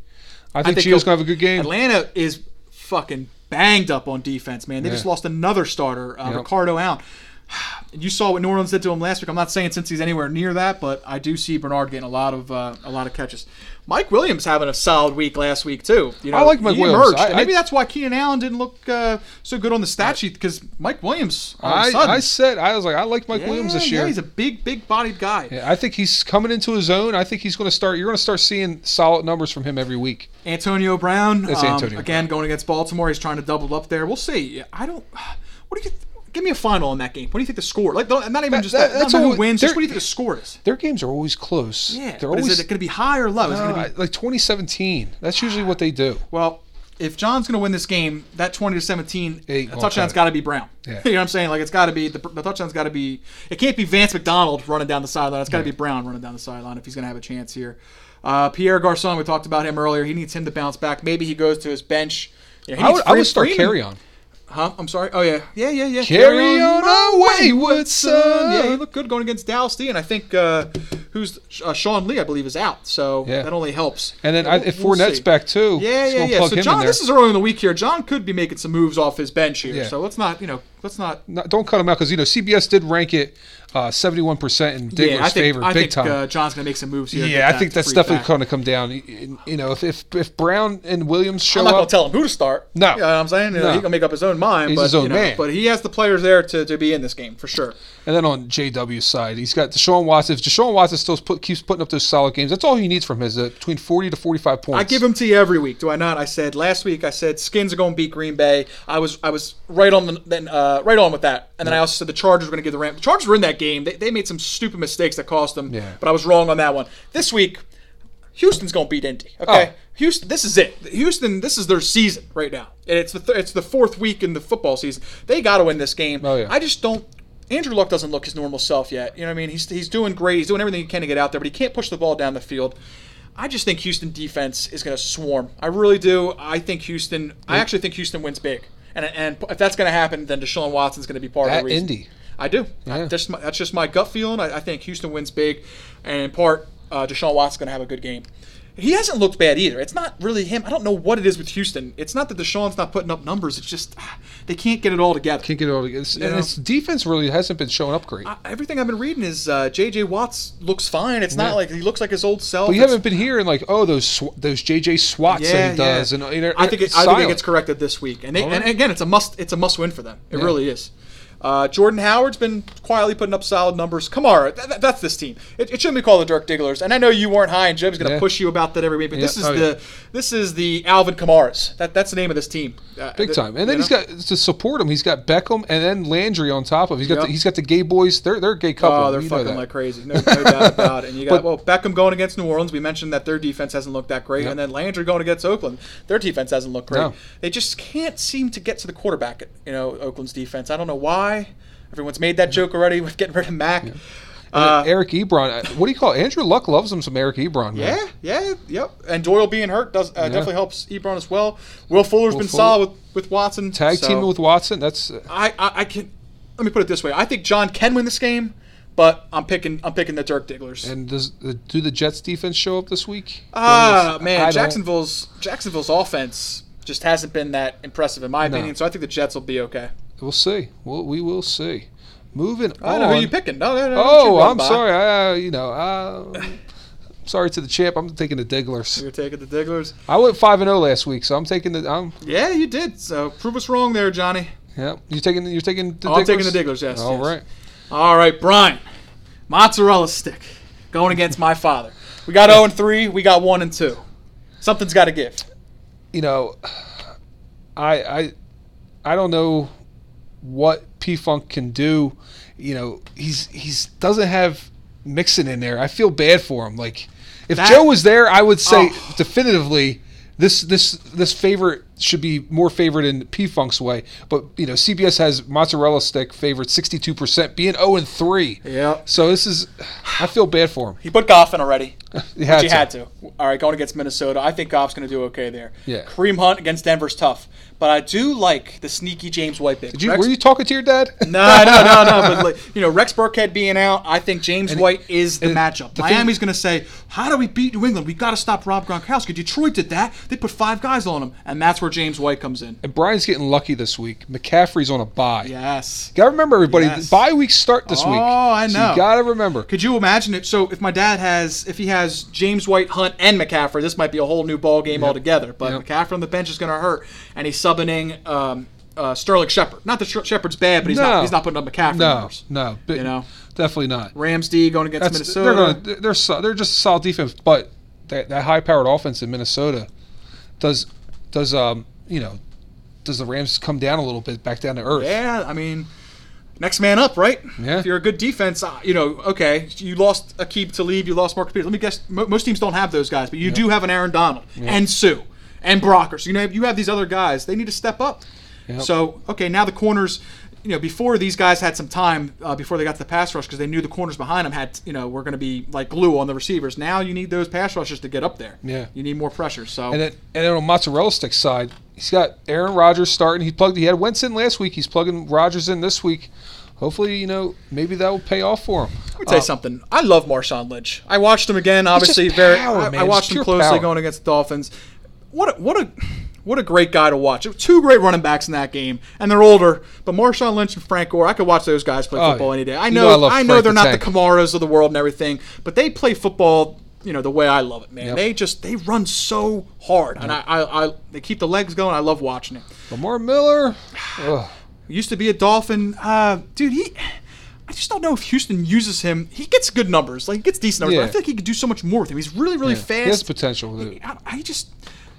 I think,
think
Gio's
he'll-
gonna have a good game.
Atlanta is fucking banged up on defense, man. They just
Yeah.
lost another starter, uh,
Yep.
Ricardo out. [sighs] You saw what New Orleans did to him last week. I'm not saying since he's anywhere near that, but I do see Bernard getting a lot of uh, a lot of catches. Mike Williams having a solid week last week too. You know,
I like Mike
he
Williams.
Emerged.
I- I-
Maybe that's why Keenan Allen didn't look uh, so good on the stat sheet because Mike Williams. All of
I,
a sudden,
I said I was like I like Mike
yeah,
Williams this year.
Yeah, he's a big, big-bodied guy.
Yeah, I think he's coming into his own. I think he's going to start. You're going to start seeing solid numbers from him every week.
Antonio Brown.
That's
um,
Antonio
again going against Baltimore. He's trying to double up there. We'll see. I don't. [sighs] What do you? th- Give me a final on that game. What do you think the score? Like, don't- not even just
that-
that.
that's
not
all
who
we-
wins. Just
there-
what do you think the score is?
Their games are always close.
Yeah.
they're
but
always
is it going to be high or low? Is it gonna
uh,
be,
like 2017. That's usually what they do.
well, if John's going to win this game, that twenty to seventeen,
Hey,
the
well,
touchdown's
cut
got to be Brown.
Yeah.
[laughs] you know what I'm saying? Like, it's got to be the, the touchdown's got to be. It can't be Vance McDonald running down the sideline. It's got to be Brown running down the sideline if he's going to have a chance here. Uh, Pierre Garcon, we talked about him earlier. He needs him to bounce back. Maybe he goes to his bench. You know, he
I
needs
would, I
Freeman-
would start
Freeman-
carry on.
Huh? I'm sorry. Oh yeah, yeah, yeah, yeah.
Carry on our wayward son.
Yeah, he looked good going against Dallas D, and I think uh, who's uh, Sean Lee, I believe, is out, so
Yeah.
that only helps.
And then I,
We'll-
if
we'll
Fournette's
see.
back too,
yeah,
it's
yeah,
gonna
yeah.
plug
So
him in
John,
there.
this is early in the week here. John could be making some moves off his bench here,
Yeah.
so let's not, you know, let's not.
No, don't cut him out because you know CBS did rank it uh, 71% in Digler's
yeah, I think,
favor,
I
big
think
time.
Uh, John's gonna make some moves here.
yeah, I think that's definitely
coming.
going to come down. You you know, if, if if Brown and Williams show
I'm not
up,
gonna tell him who to start.
No.
you know what I'm saying You know,
No.
he can make up his own mind.
He's
but,
his own
you know,
man.
But he has the players there to, to be in this game for sure.
And then on JW's side, he's got Deshaun Watson. If Deshaun Watson still put, keeps putting up those solid games, that's all he needs from his uh, between 40 to 45 points.
I give him to you every week, do I not? I said last week. I said Skins are going to beat Green Bay. I was I was right on the then uh, right on with that. And then I also said the Chargers were going to give the Rams. The Chargers were in that game. They, they made some stupid mistakes that cost them.
Yeah.
But I was wrong on that one. This week, Houston's going to beat Indy. Okay.
Oh.
Houston, this is it. Houston, this is their season right now. And It's the th- it's the fourth week in the football season. They got to win this game.
Oh, yeah.
I just don't. Andrew Luck doesn't look his normal self yet. You know what I mean? He's, he's doing great. He's doing everything he can to get out there, but he can't push the ball down the field. I just think Houston defense is going to swarm. I really do. I think Houston. I actually think Houston wins big. And and if that's going to happen, then Deshaun Watson's going to be part of
At
the reason.
Indy.
I do. I- that's, my, that's just my gut feeling. I, I think Houston wins big, and in part, uh, Deshaun Watson's going to have a good game. He hasn't looked bad either. It's not really him. I don't know what it is with Houston. It's not that Deshaun's not putting up numbers. It's just ah, they can't get it all together.
Can't get it all together. It's- And
know?
his defense really hasn't been showing up great.
I- Everything I've been reading is uh, J.J. Watts looks fine. It's
Yeah.
not like he looks like his old self.
we
It's-
haven't been hearing like, oh, those sw- those JJ swats that he does, and you know,
I think it, I think it gets corrected this week, and, they,
All
and
right.
again, it's a must. It's a must win for them. It really is. Uh, Jordan Howard's been quietly putting up solid numbers. Kamara, th- th- that's this team. It, it shouldn't be called the Dirk Digglers, and I know you weren't high, and Jim's going to
Yeah.
push you about that every week. But
Yeah.
this is
Oh,
the
yeah.
this is the Alvin Kamara's. That, that's the name of this team. Uh,
big
th-
time.
you
And then he's
know?
got to support him. He's got Beckham and then Landry on top of. He's got
Yep.
the, he's got the gay boys. They're they're a gay couple.
Oh, they're
You know
fucking
that.
like crazy. No, no doubt about
[laughs]
it. And you got
But-
well Beckham going against New Orleans. We mentioned that their defense hasn't looked that great,
Yep.
and then Landry going against Oakland. Their defense hasn't looked great.
No.
They just can't seem to get to the quarterback. You know, Oakland's defense. I don't know why. Everyone's made that joke already with getting rid of Mac. Uh,
Eric Ebron. uh, What do you call it? Andrew Luck loves him some Eric Ebron. Man.
yeah, yeah, yep. And Doyle being hurt does uh, definitely helps Ebron as well. Will Fuller's
Will
been
Fuller.
solid with, with Watson.
Tag
so-
teaming with Watson. That's uh,
I, I I can let me put it this way. I think John can win this game, but I'm picking I'm picking the Dirk Digglers.
And does the, do the Jets defense show up this week?
Ah
Yes. I
man,
don't-
Jacksonville's Jacksonville's offense just hasn't been that impressive in my opinion. So I think the Jets will be okay.
We'll see. We'll, we will see. Moving
I
on.
don't know who you picking. No, no, no. don't you
Oh,
run
I'm
by.
sorry. I, uh, you know, uh, sorry to the champ. I'm taking the Digglers.
You're taking the Digglers.
I went five and zero last week, so I'm taking the. I'm
Yeah, you did. So prove us wrong there, Johnny.
yeah. You taking you're taking the
Oh,
Digglers.
I'm taking the Digglers, yes,
All
yes.
right.
All right, Brian, mozzarella stick going against my father. We got 0 and three. We got one and two. Something's got to give.
You know, I I I don't know what P Funk can do. You know, he's he's doesn't have Mixon in there. I feel bad for him. Like if
That-
Joe was there, I would say
Oh.
definitively this this this favorite should be more favored in P Funk's way. But you know, CBS has mozzarella stick favored sixty two percent, being zero and three.
Yep.
So this is, I feel bad for him.
He put Goff in already.
He had
But you
to.
had to. All right, going against Minnesota. I think Goff's going to do okay there.
Yeah.
Kareem Hunt against Denver's tough, but I do like the sneaky James White pick.
Did you,
Rex-
were you talking to your dad?
no, no, no, no. But like, you know, Rex Burkhead being out, I think James
And-
White is the
and
matchup.
the thing-
Miami's going to say, "How do we beat New England? We got to stop Rob Gronkowski." Detroit did that; they put five guys on him, and that's where James White comes in.
And Brian's getting lucky this week. McCaffrey's on a bye.
Yes.
Gotta remember, everybody.
Yes.
the Bye weeks start this week.
Oh, I
So
know.
you gotta remember.
Could you imagine it? So if my dad has, if he has James White, Hunt, and McCaffrey, this might be a whole new ball game altogether. But
Yep.
McCaffrey on the bench is going to hurt, and he's subbing in um, uh, Sterling Shepard. Not that Sh- Shepard's bad, but he's
No.
not he's not putting up McCaffrey
No,
numbers.
no, but
You know?
definitely not.
Rams D going against
That's,
Minnesota.
they're going. to They're so, they're just a solid defense, but that, that high-powered offense in Minnesota does does um you know does the Rams come down a little bit back down to earth?
Yeah, I mean, next man up, right?
Yeah.
If you're a good defense, uh, you know, okay, you lost Akib Talib, you lost Marcus Peters. Let me guess, mo- most teams don't have those guys, but you do have an Aaron Donald and Sue and Brockers. You know, you have these other guys. They need to step up. So, okay, now the corners. You know, before these guys had some time uh, before they got to the pass rush because they knew the corners behind them had, you know, were going to be like glue on the receivers. Now you need those pass rushers to get up there.
Yeah.
You need more pressure. So,
And then and then on mozzarella stick side, he's got Aaron Rodgers starting. He plugged. He had Wentz in last week. He's plugging Rodgers in this week. Hopefully, you know maybe that will pay off for him.
Let me tell you something. I love Marshawn Lynch. I watched him again. Obviously,
Uh, just
very.
power,
I,
man.
I watched
Just
him
pure
closely
power.
going against the Dolphins. What a, what a what a great guy to watch. Two great running backs in that game, and they're older. But Marshawn Lynch and Frank Gore, I could watch those guys play
Oh,
football
yeah.
any day. I
You
know,
know I love
I know
Frank
they're
the
not
Tank.
the Camaros of the world and everything, but they play football. You know the way I love it, man.
Yep.
They just they run so hard, and I, I, I they keep the legs going. I love watching it
Lamar Miller. Ugh.
used to be a Dolphin. Uh, dude, he. I just don't know if Houston uses him. He gets good numbers. Like he gets decent numbers. but
Yeah.
I feel like he could do so much more with him. He's really, really fast.
He has potential. dude.
I, I just.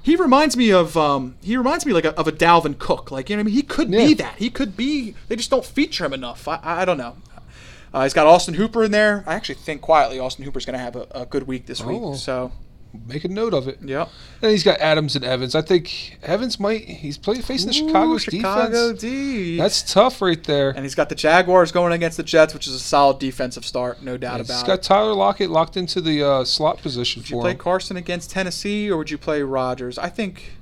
He reminds me of um, he reminds me like a, of a Dalvin Cook like you know what I mean he could
Yeah.
be that he could be they just don't feature him enough I, I I don't know uh, he's got Austin Hooper in there I actually think quietly Austin Hooper's gonna have a, a good week this
Oh.
week so
Make a note of it.
yep
And he's got Adams and Evans. I think Evans might. He's playing facing the Chicago's
Chicago
defense.
D
That's tough right there.
and he's got the Jaguars going against the Jets which is a solid defensive start no doubt
He's
about it.
got Tyler Lockett locked into the uh, slot position
Would you
for
play
him.
Carson against Tennessee, or would you play Rodgers? I think,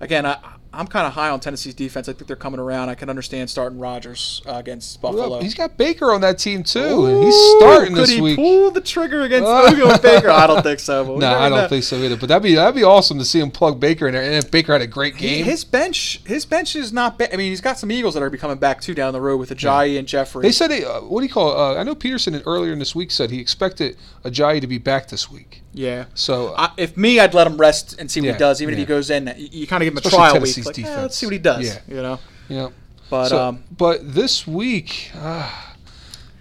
again, I, I'm kind of high on Tennessee's defense. I think they're coming around. I can understand starting Rodgers uh, against Buffalo.
He's got Baker on that team too, and he's starting
Ooh, could
this
he
week.
pull the trigger
[laughs]
against
Oh.
Ogo and Baker? I don't think so. but we
No,
never
I don't
know.
think so either. But that'd be that'd be awesome to see him plug Baker in there. And if Baker had a great
He-
game,
His bench, his bench is not bad. I mean, he's got some Eagles that are be coming back too down the road with Ajayi and Jeffrey.
they said they, uh, what do you call? it? Uh, I know Peterson earlier in this week said he expected Ajayi to be back this week.
yeah.
So
I, if me, I'd let him rest and see what
Yeah,
he does. Even if
yeah.
he goes in, you, you kind of give him a
Especially
trial
Tennessee's
week. Like, eh,
defense.
let's see what he does.
Yeah.
You know,
yeah,
but
So-
um,
but this week, uh,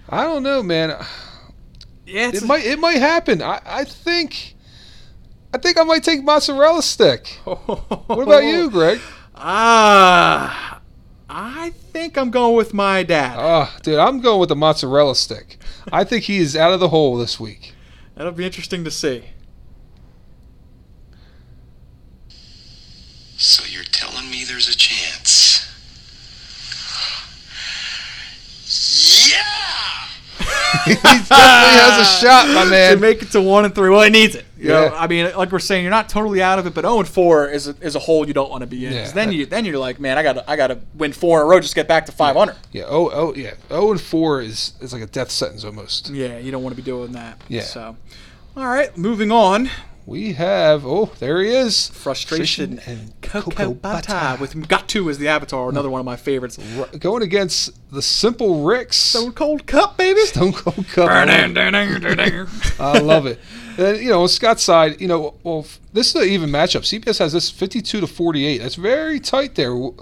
I don't know, man.
yeah, it's
It
[laughs]
might it might happen. I, I think I think I might take mozzarella stick. What
what
about you, Greg?
[laughs] Ah, I think I'm going with my dad.
Ah, dude, I'm going with the mozzarella stick. I think he is out of the hole this week. [laughs]
That'll be interesting to see.
So you're telling me there's a chance? Yeah!
[laughs]
he definitely has a shot, my
to
man.
make it to one and three, well, he needs it. You
Yeah.
know, I mean, like we're saying, you're not totally out of it, but zero and four is a, is a hole you don't want to be in. 'Cause
Yeah.
Then you then you're like, man, I gotta I gotta win four in a row just to get back to five hundred.
Yeah, oh, oh, yeah. Oh and four is is like a death sentence almost.
Yeah, you don't want to be doing that.
Yeah.
So, all right, moving on.
We have oh, there he is.
Frustration, and Coco
Bata
Bata with Mugatu as the avatar, another one of my favorites.
R- going against the simple Ricks.
Stone Cold Cup, baby.
Stone Cold Cup.
Uh,
I
[laughs]
love it. And, you know, on Scott's side, you know, well, f- this is an even matchup. CBS has this 52 to 48. That's very tight there. W-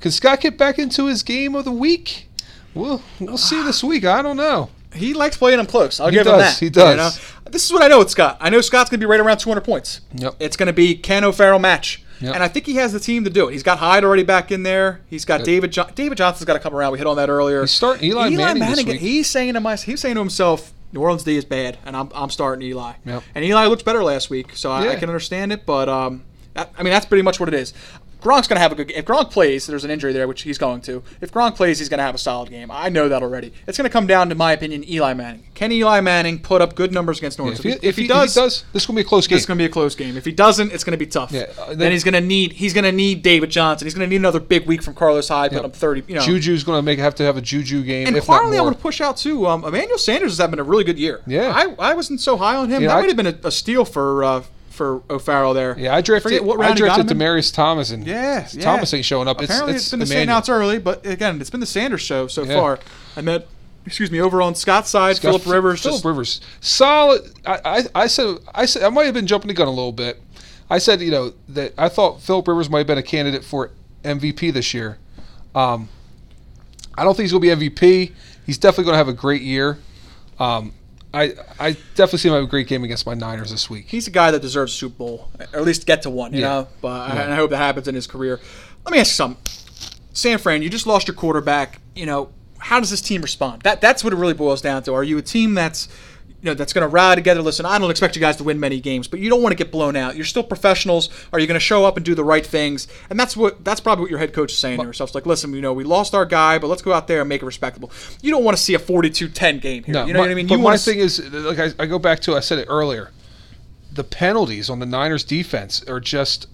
Can Scott get back into his game of the week? We'll, we'll see this week. I don't know.
He likes playing them close. I'll
He
give him
does,
that.
he does.
know? This is what I know with Scott. I know Scott's going to be right around 200 points.
Yep.
It's going to be Ken O'Farrell match.
Yep.
And I think he has the team to do it. He's got Hyde already back in there. He's got David. Jo- David Johnson's got to come around. We hit on that earlier.
He's starting Eli Manning this week.
He's saying to my, he's saying to himself, New Orleans D is bad, and I'm, I'm starting Eli.
Yep.
And Eli looked better last week, so I,
Yeah.
I can understand it. But um, that, I mean, that's pretty much what it is. Gronk's going to have a good game. If Gronk plays, there's an injury there, which he's going to. If Gronk plays, he's going to have a solid game. I know that already. It's going to come down to my opinion, Eli Manning. Can Eli Manning put up good numbers against North?
If he, if he does, this will be a close game.
it's going to be a close game. If he doesn't, it's going to be tough.
Yeah, uh,
then,
then-
he's going to need he's going to need David Johnson. He's going to need another big week from Carlos Hyde, but
Yep.
I'm 30, you know.
Juju's going to make have to have a Juju game.
and
if not
quietly, I
more.
would push out too. Um, Emmanuel Sanders is having a really good year.
Yeah.
I, I wasn't so high on him.
Yeah,
that
I-
would have been a, a steal for uh, for O'Farrell there.
Yeah, I drafted.
Forget what
I
round he got
drafted
him in.
Demarius Thomas, and
Yeah, yeah.
Thomas ain't showing up. It's-
Apparently,
it's
it's been the
Emmanuel.
standouts early, but again, it's been the Sanders show so
Yeah.
far. And that, excuse me, over on Scott's side, Philip Rivers.
Philip
just,
Rivers, solid. I, I, I said, I said, I might have been jumping the gun a little bit. I said, you know, that I thought Philip Rivers might have been a candidate for MVP this year. Um, I don't think he's going to be MVP. He's definitely going to have a great year. Um, I, I definitely see him have a great game against my Niners this week.
he's a guy that deserves a Super Bowl, or at least get to one, you
Yeah.
know? But I, and I hope that happens in his career. Let me ask you something. San Fran, you just lost your quarterback. You know, how does this team respond? That that's what it really boils down to. Are you a team that's you know that's going to rally together? Listen, I don't expect you guys to win many games, but you don't want to get blown out. You're still professionals. Are you going to show up and do the right things? And that's what that's probably what your head coach is saying to yourself. It's like, listen, you know, we lost our guy, but let's go out there and make it respectable. You don't want to see a 42-10 game here.
No,
you know
my-
what I mean?
But
You
my
want
thing is, like I, I go back to, I said it earlier. The penalties on the Niners defense are just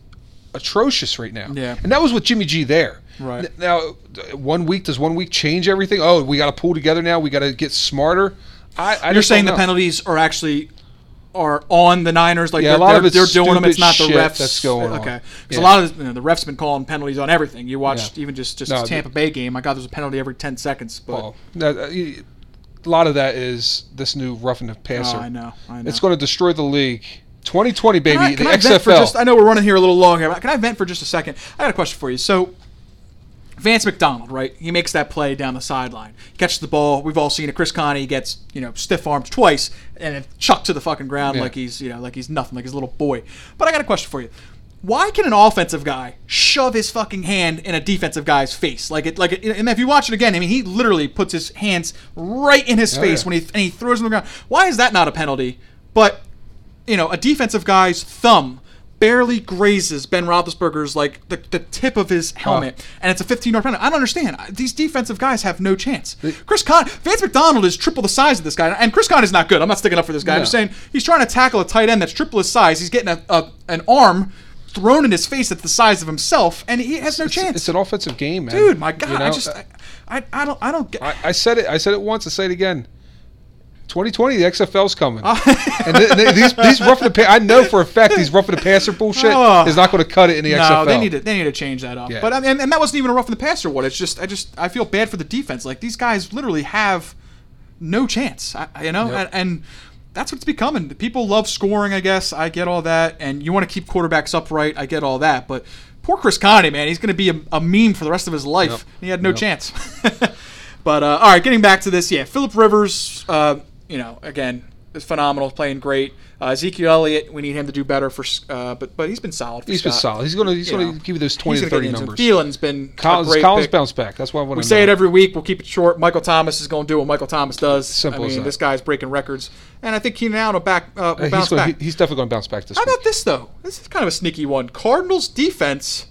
atrocious right now.
Yeah.
and that was with Jimmy G there.
Right.
N- now, th- one week does one week change everything? Oh, we got to pull together now. We got to get smarter. I, I
You're
just don't
saying the
know.
penalties are actually are on the Niners, like
Yeah,
they're,
a lot of
they're-
it's
they're doing them. It's
stupid
not the
shit
refs
that's going on.
Okay, because a
Yeah.
lot of you know, the refs been calling penalties on everything. You watched
Yeah.
even just just
No,
the Tampa Bay game. My God, there's a penalty every ten seconds. But
Well, that- uh, y- a lot of that is this new roughing the passer.
Oh, I know, I know.
It's going to destroy the league. 2020, baby.
Can I- can
the
I vent for
XFL.
just- I know we're running here a little long here, but can I vent for just a second? I got a question for you. So, Vance McDonald, right? He makes that play down the sideline, He catches the ball. We've all seen it. Chris Connie gets you know stiff armed twice and then chucked to the fucking ground
Yeah.
like he's you know like he's nothing, like he's a little boy. But I got a question for you. Why can an offensive guy shove his fucking hand in a defensive guy's face? Like it, like it, and if you watch it again, I mean, he literally puts his hands right in his face
Oh, yeah.
when he and he throws him on the ground. Why is that not a penalty? But you know, a defensive guy's thumb barely grazes Ben Roethlisberger's like the, the tip of his helmet, and it's a 15 yard penalty. I don't understand. I- These defensive guys have no chance. Chris Con, Vance McDonald is triple the size of this guy, and Chris Con is not good. I'm not sticking up for this guy. I'm
No.
just saying he's trying to tackle a tight end that's triple his size. He's getting a, a an arm thrown in his face that's the size of himself, and he has no
it's,
chance.
it's an offensive game, man.
Dude, my God,
You
I
know, uh,
just I, I, I don't I don't get.
I, I said it. I said it once. I say it again. 2020, the XFL's coming,
Oh.
and th- th- these these rough the pa- I know for a fact these rough the passer bullshit
Oh.
is not going to cut it in the
no,
XFL.
they need to they need to change that up.
Yeah.
But I mean, and that wasn't even a rough in the passer one. It's just I just I feel bad for the defense. Like these guys literally have no chance. I, I- you know,
Yep.
and, and that's what it's becoming. The People love scoring. I guess I get all that, and you want to keep quarterbacks upright. I get all that, but poor Chris Connie, man, he's going to be a, a meme for the rest of his life.
Yep.
And he had no
Yep.
chance. [laughs] but uh, all right, getting back to this, yeah, Philip Rivers, uh, you know, again. Is phenomenal, playing great. Uh, Ezekiel Elliott, we need him to do better for, s- uh, but but he's been solid. For
He's been
Scott
solid. He's going to he's
you
going
know,
to give you those 20
he's
to
gonna
30
get into
numbers.
it. Thielen's been a
Collins,
great
Collins
pick.
bounced back. That's why I want
We
to
say it
know.
every week. We'll keep it short. Michael Thomas is going to do what Michael Thomas does.
Simple
I
as
mean,
that.
this guy's breaking records, and I think Keenan Allen will back uh, will
Uh,
bounce
he's, gonna,
back.
he- he's definitely going to bounce back this
How
week.
about this though? This is kind of a sneaky one. Cardinals defense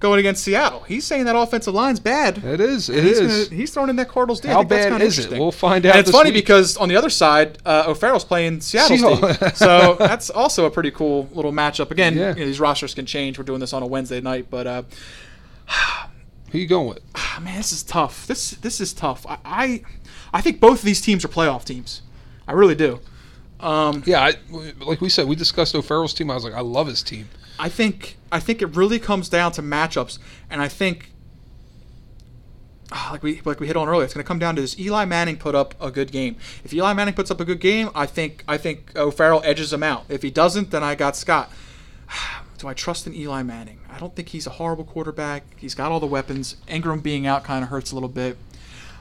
going against Seattle. He's saying that offensive line's bad.
It is. It
He's,
is.
gonna- he's throwing in that Cardinals D. I
How
think that's
bad
kinda
is it?
interesting.
We'll find out
And it's
this
funny
week.
because on the other side, uh, O'Farrell's playing Seattle's
Seahawks. [laughs]
D. so that's also a pretty cool little matchup. Again,
Yeah.
you know, these rosters can change. We're doing this on a Wednesday night, but uh,
Who you going with?
ah, man, this is tough. This this is tough. I, I I think both of these teams are playoff teams. I really do.
Yeah, I, like we said, we discussed O'Farrell's team. I was like, I love his team.
I think I think it really comes down to matchups, and I think ah, like we like we hit on earlier, it's going to come down to this. Eli Manning put up a good game. If Eli Manning puts up a good game, I think I think O'Farrell edges him out. If he doesn't, then I got Scott. [sighs] Do I trust in Eli Manning? I don't think he's a horrible quarterback. He's got all the weapons. Ingram being out kind of hurts a little bit.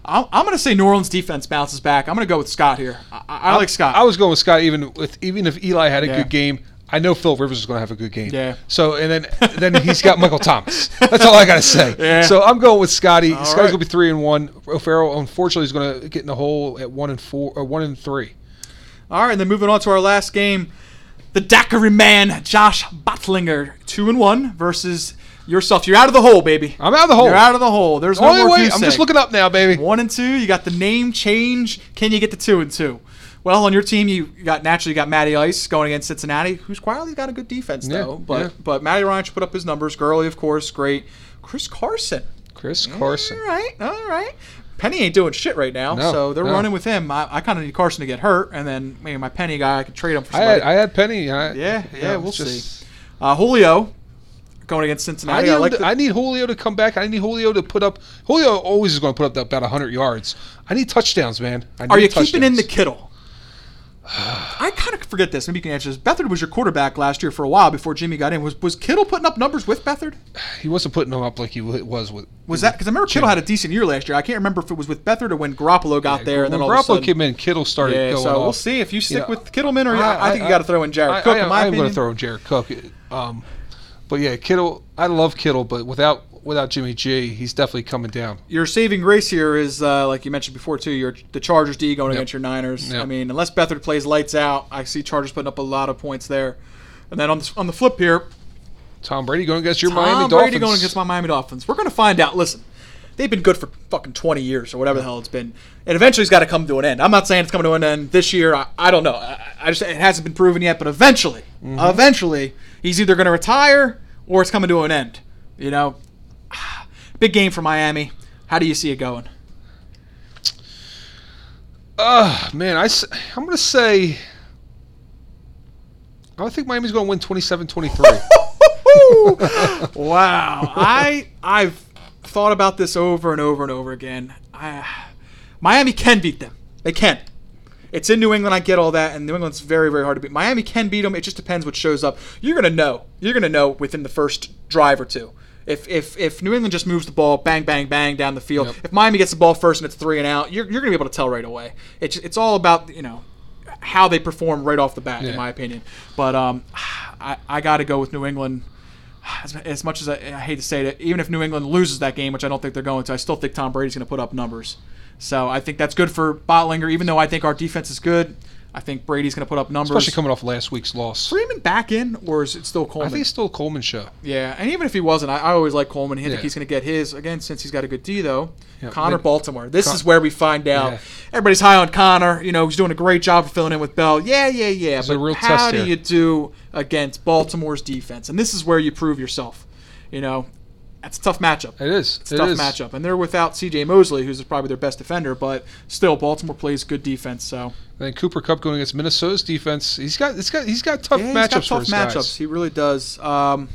I'm, I'm going to say New Orleans defense bounces back. I'm going to go with Scott here. I, I, I like Scott.
I was going with Scott, even with even if Eli had a
Yeah.
good game. I know Phil Rivers is going to have a good game.
Yeah.
So and then then he's got Michael Thomas. That's all I got to say.
[laughs] Yeah.
So I'm going with Scotty. Scotty's
right.
going to be three and one. O'Farrell, unfortunately, is going to get in the hole at one and four or one and three.
All right, and then moving on to our last game, the Daiquiri Man, Josh Bottlinger, two and one versus yourself. You're out of the hole, baby.
I'm out of the hole.
You're out of the hole. There's no
Only
more
way.
goose
I'm just
egg.
looking up now, baby.
One and two, you got the name change. Can you get to two and two? Well, on your team, you got naturally you got Matty Ice going against Cincinnati, who's quietly got a good defense
Yeah,
though. But
yeah.
but Matty Ryan should put up his numbers. Gurley, of course, great. Chris Carson,
Chris Carson.
all right, all right. Penny ain't doing shit right now,
No,
so they're
no.
running with him. I, I kind of need Carson to get hurt, and then maybe my Penny guy I could trade him for
I had,
somebody.
I had Penny. and I,
yeah, yeah,
it's
we'll
just-
see. Uh, Julio going against
I
Cincinnati.
need,
I,
him
like
to-
the-
I need Julio to come back. I need Julio to put up. Julio always is going to put up about 100 yards. I need touchdowns, man. I need
Are you keeping
touchdowns.
in the Kittle? I kind of forget this. Maybe you can answer this. Bethard was your quarterback last year for a while before Jimmy got in. Was was Kittle putting up numbers with Bethard?
He wasn't putting them up like he wa- was with.
Was that because I remember Kittle had a decent year last year? I can't remember if it was with Bethard or when Garoppolo got there and then
when
all of a
Garoppolo
sudden.
came in, Kittle started
yeah,
going
so we'll
off.
see if you stick
know,
with Kittleman or I, think you got to throw in Jared
I,
Cook.
I,
in my
am going
opinion,
to throw in Jared Cook. Um, but yeah, Kittle. I love Kittle, but without without Jimmy G, he's definitely coming down.
your saving grace here is uh, like you mentioned before too. Your the Chargers D going against your Niners.
Yep.
I mean, unless Bethard plays lights out, I see Chargers putting up a lot of points there. And then on the, on the flip here,
Tom Brady going against your
Tom
Miami
Brady
Dolphins.
going against my Miami Dolphins. We're going to find out. Listen, they've been good for fucking 20 years or whatever the hell it's been. And eventually it's got to come to an end. I'm not saying it's coming to an end this year. I, I don't know. I, I just It hasn't been proven yet, but eventually, eventually, he's either going to retire or it's coming to an end. You know, [sighs] big game for Miami. How do you see it going?
Uh, man, I, am going to say. I think Miami's going to win 27 23.
[laughs] wow. I I've thought about this over and over and over again. I, Miami can beat them. They can. It's in New England. I get all that, and New England's very, very hard to beat. Miami can beat them. It just depends what shows up. You're gonna know. You're gonna know within the first drive or two. If if if New England just moves the ball, bang, bang, bang down the field.
Yep.
If Miami gets the ball first and it's three and out, you're, you're gonna be able to tell right away. It's it's all about you know how they perform right off the bat,
Yeah.
in my opinion. But um, I I gotta go with New England as, as much as I, I hate to say it, even if New England loses that game, which I don't think they're going to, I still think Tom Brady's going to put up numbers. So I think that's good for Botlinger, even though I think our defense is good. I think Brady's going to put up numbers.
Especially coming off last week's loss.
Freeman back in, or is it still Coleman?
I think it's still a Coleman show.
yeah, and even if he wasn't, I, I always like Coleman. I
Yeah.
think he's going to get his again since he's got a good D though.
Yeah,
Connor
but-
Baltimore. This
Con-
is where we find out.
Yeah.
Everybody's high on Connor. You know, he's doing a great job of filling in with Bell. Yeah, yeah, yeah.
a
but
real
how
test
do
here.
you do against Baltimore's defense? And this is where you prove yourself. You know, that's a tough matchup.
It is.
It's
It
a tough
is.
matchup, and they're without C.J. Mosley, who's probably their best defender. But still, Baltimore plays good defense. So
And then Cooper Cup going against Minnesota's defense. He's got he's got he's got tough
Yeah, he's
matchups
got
for
tough
his
matchups.
guys.
He really does. Um,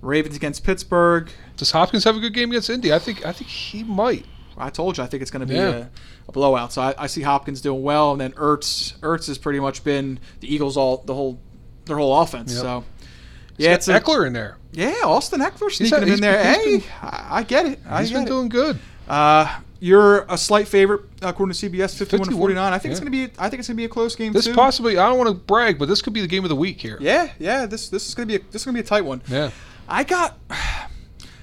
Ravens against Pittsburgh.
Does Hopkins have a good game against Indy? I think I think he might.
I told you, I think it's going to be
Yeah.
a, a blowout. So I, I see Hopkins doing well, and then Ertz. Ertz has pretty much been the Eagles all the whole their whole offense.
Yep.
So
He's
yeah,
got
it's a,
Eckler in there.
yeah, Austin Eckler sneaking
had-
him
he's
in there.
been- he's
hey,
been-
I, I get it. I
He's
get
been
it.
doing good.
Uh, you're a slight favorite according to CBS, 51 to
51,
49. I think it's
yeah.
going to be. I think it's going to be a close game
This
too.
possibly I don't want to brag, but this could be the game of the week here.
yeah, yeah. This this is going to be a, this is going to be a tight one.
Yeah.
I got,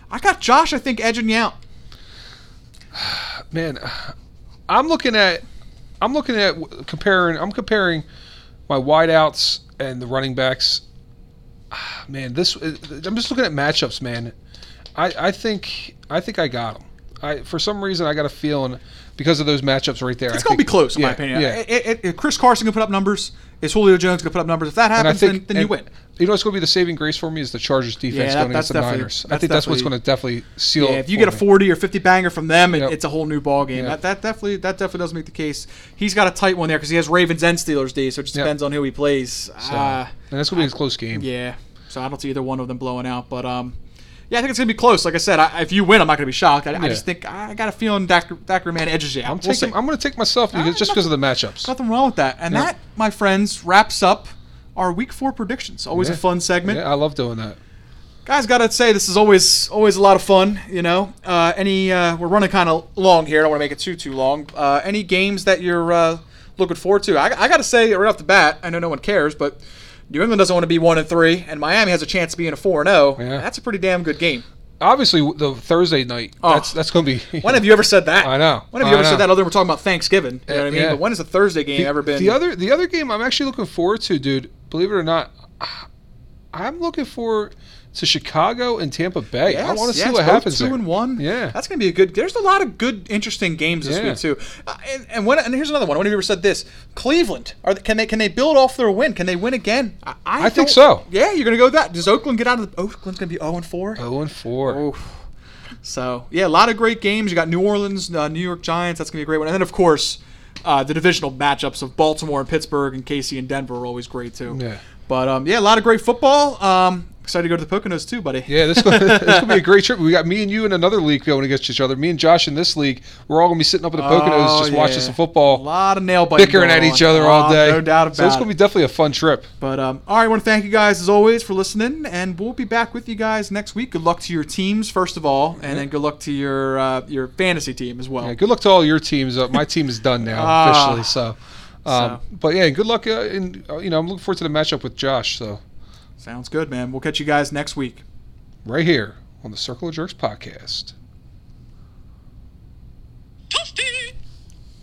I got Josh. I think edging you out.
Man, I'm looking at I'm looking at w- comparing I'm comparing my wideouts and the running backs. [sighs] Ah, Man, this I'm just looking at matchups, man. I, I think I think I got him. I for some reason I got a feeling because of those matchups right there.
It's
I
going to
think-
be close, in my
yeah,
opinion.
Yeah.
It, it, it, Chris Carson can put up numbers. Is Julio Jones going to put up numbers? If that
And I
happens,
think
then, then you
and
win.
You know what's going to be the saving grace for me is the Chargers defense
Yeah, that-
going
that's
against the
definitely-
Niners. I
that's
think that's what's going
definitely-
to definitely seal.
Yeah, if you
for
get a
me.
40 or 50 banger from them, it,
Oh, Yep.
it's a whole new ball game. That,
Yep.
that definitely that definitely does make the case. He's got a tight one there because he has Ravens and Steelers D, so it just
Yep.
depends on who he plays.
So,
Uh,
and that's going to be a close game.
yeah, so I don't see either one of them blowing out, but um, yeah, I think it's gonna be close. Like I said, I, if you win, I'm not gonna be shocked. I, I
Yeah.
just think I got a feeling Thackeray, Thackeray Man edges you out.
I'm
We'll
taking.
see.
I'm going to take myself because,
Ah,
just because of the matchups.
Nothing wrong with that. And
Yeah.
that, my friends, wraps up our week four predictions. Always
Yeah.
a fun segment.
Yeah, I love doing that.
guys gotta say this is always always a lot of fun you know uh, any uh, we're running kind of long here i don't want to make it too too long uh, any games that you're uh, looking forward to I, I gotta say right off the bat i know no one cares but new england doesn't want to be one and three and miami has a chance of being a four and oh
Yeah.
that's a pretty damn good game
Obviously, the Thursday night. That's that's going to be.
Oh. [laughs] when have you ever said that
I know.
when have you
I
ever
know.
said that other than we're talking about thanksgiving you know what i mean
Yeah.
but when has a thursday game
the,
ever been
[laughs] the other the [sighs] other game I'm actually looking forward to, dude? Believe it or not, I'm looking for to Chicago and Tampa Bay. I
Yes,
want to see
yes,
what
both
happens.
Two
there.
and one.
Yeah.
that's gonna be a good. There's a lot of good, interesting games this
Yeah.
week too. Uh, and and, when, and here's another one. One of you ever said this: Cleveland. Are they, can they can they build off their win? Can they win again? I,
I
don't-
think so.
Yeah, you're gonna go with that. Does Oakland get out of the? Oakland's gonna be 0 and 4.
zero and four.
Oof. So yeah, a lot of great games. You got New Orleans, uh, New York Giants. That's gonna be a great one. And then of course, uh, the divisional matchups of Baltimore and Pittsburgh and KC and Denver are always great too.
Yeah.
But um, yeah, a lot of great football. Um, excited to go to the Poconos too, buddy.
Yeah, this gonna, this gonna
[laughs]
be a great trip. We got me and you in another league going against each other. Me and Josh in this league, we're all gonna be sitting up at the Poconos
Oh,
just watching
yeah.
some
A
football,
lot of nail biting,
bickering
going
at each
on.
other all
Oh,
day.
No doubt about
So it's
it.
gonna be definitely a fun trip.
but um, all right, I want to thank you guys as always for listening, and we'll be back with you guys next week. Good luck to your teams, first of all, and then good luck to your uh, your fantasy team as well.
Yeah, good luck to all your teams. Uh, my team is done now
[laughs] Ah.
officially. So, um,
So.
but yeah, good luck. Uh, in uh, you know, I'm looking forward to the matchup with Josh. So,
Sounds good, man. We'll catch you guys next week.
right here on the Circle of Jerks podcast.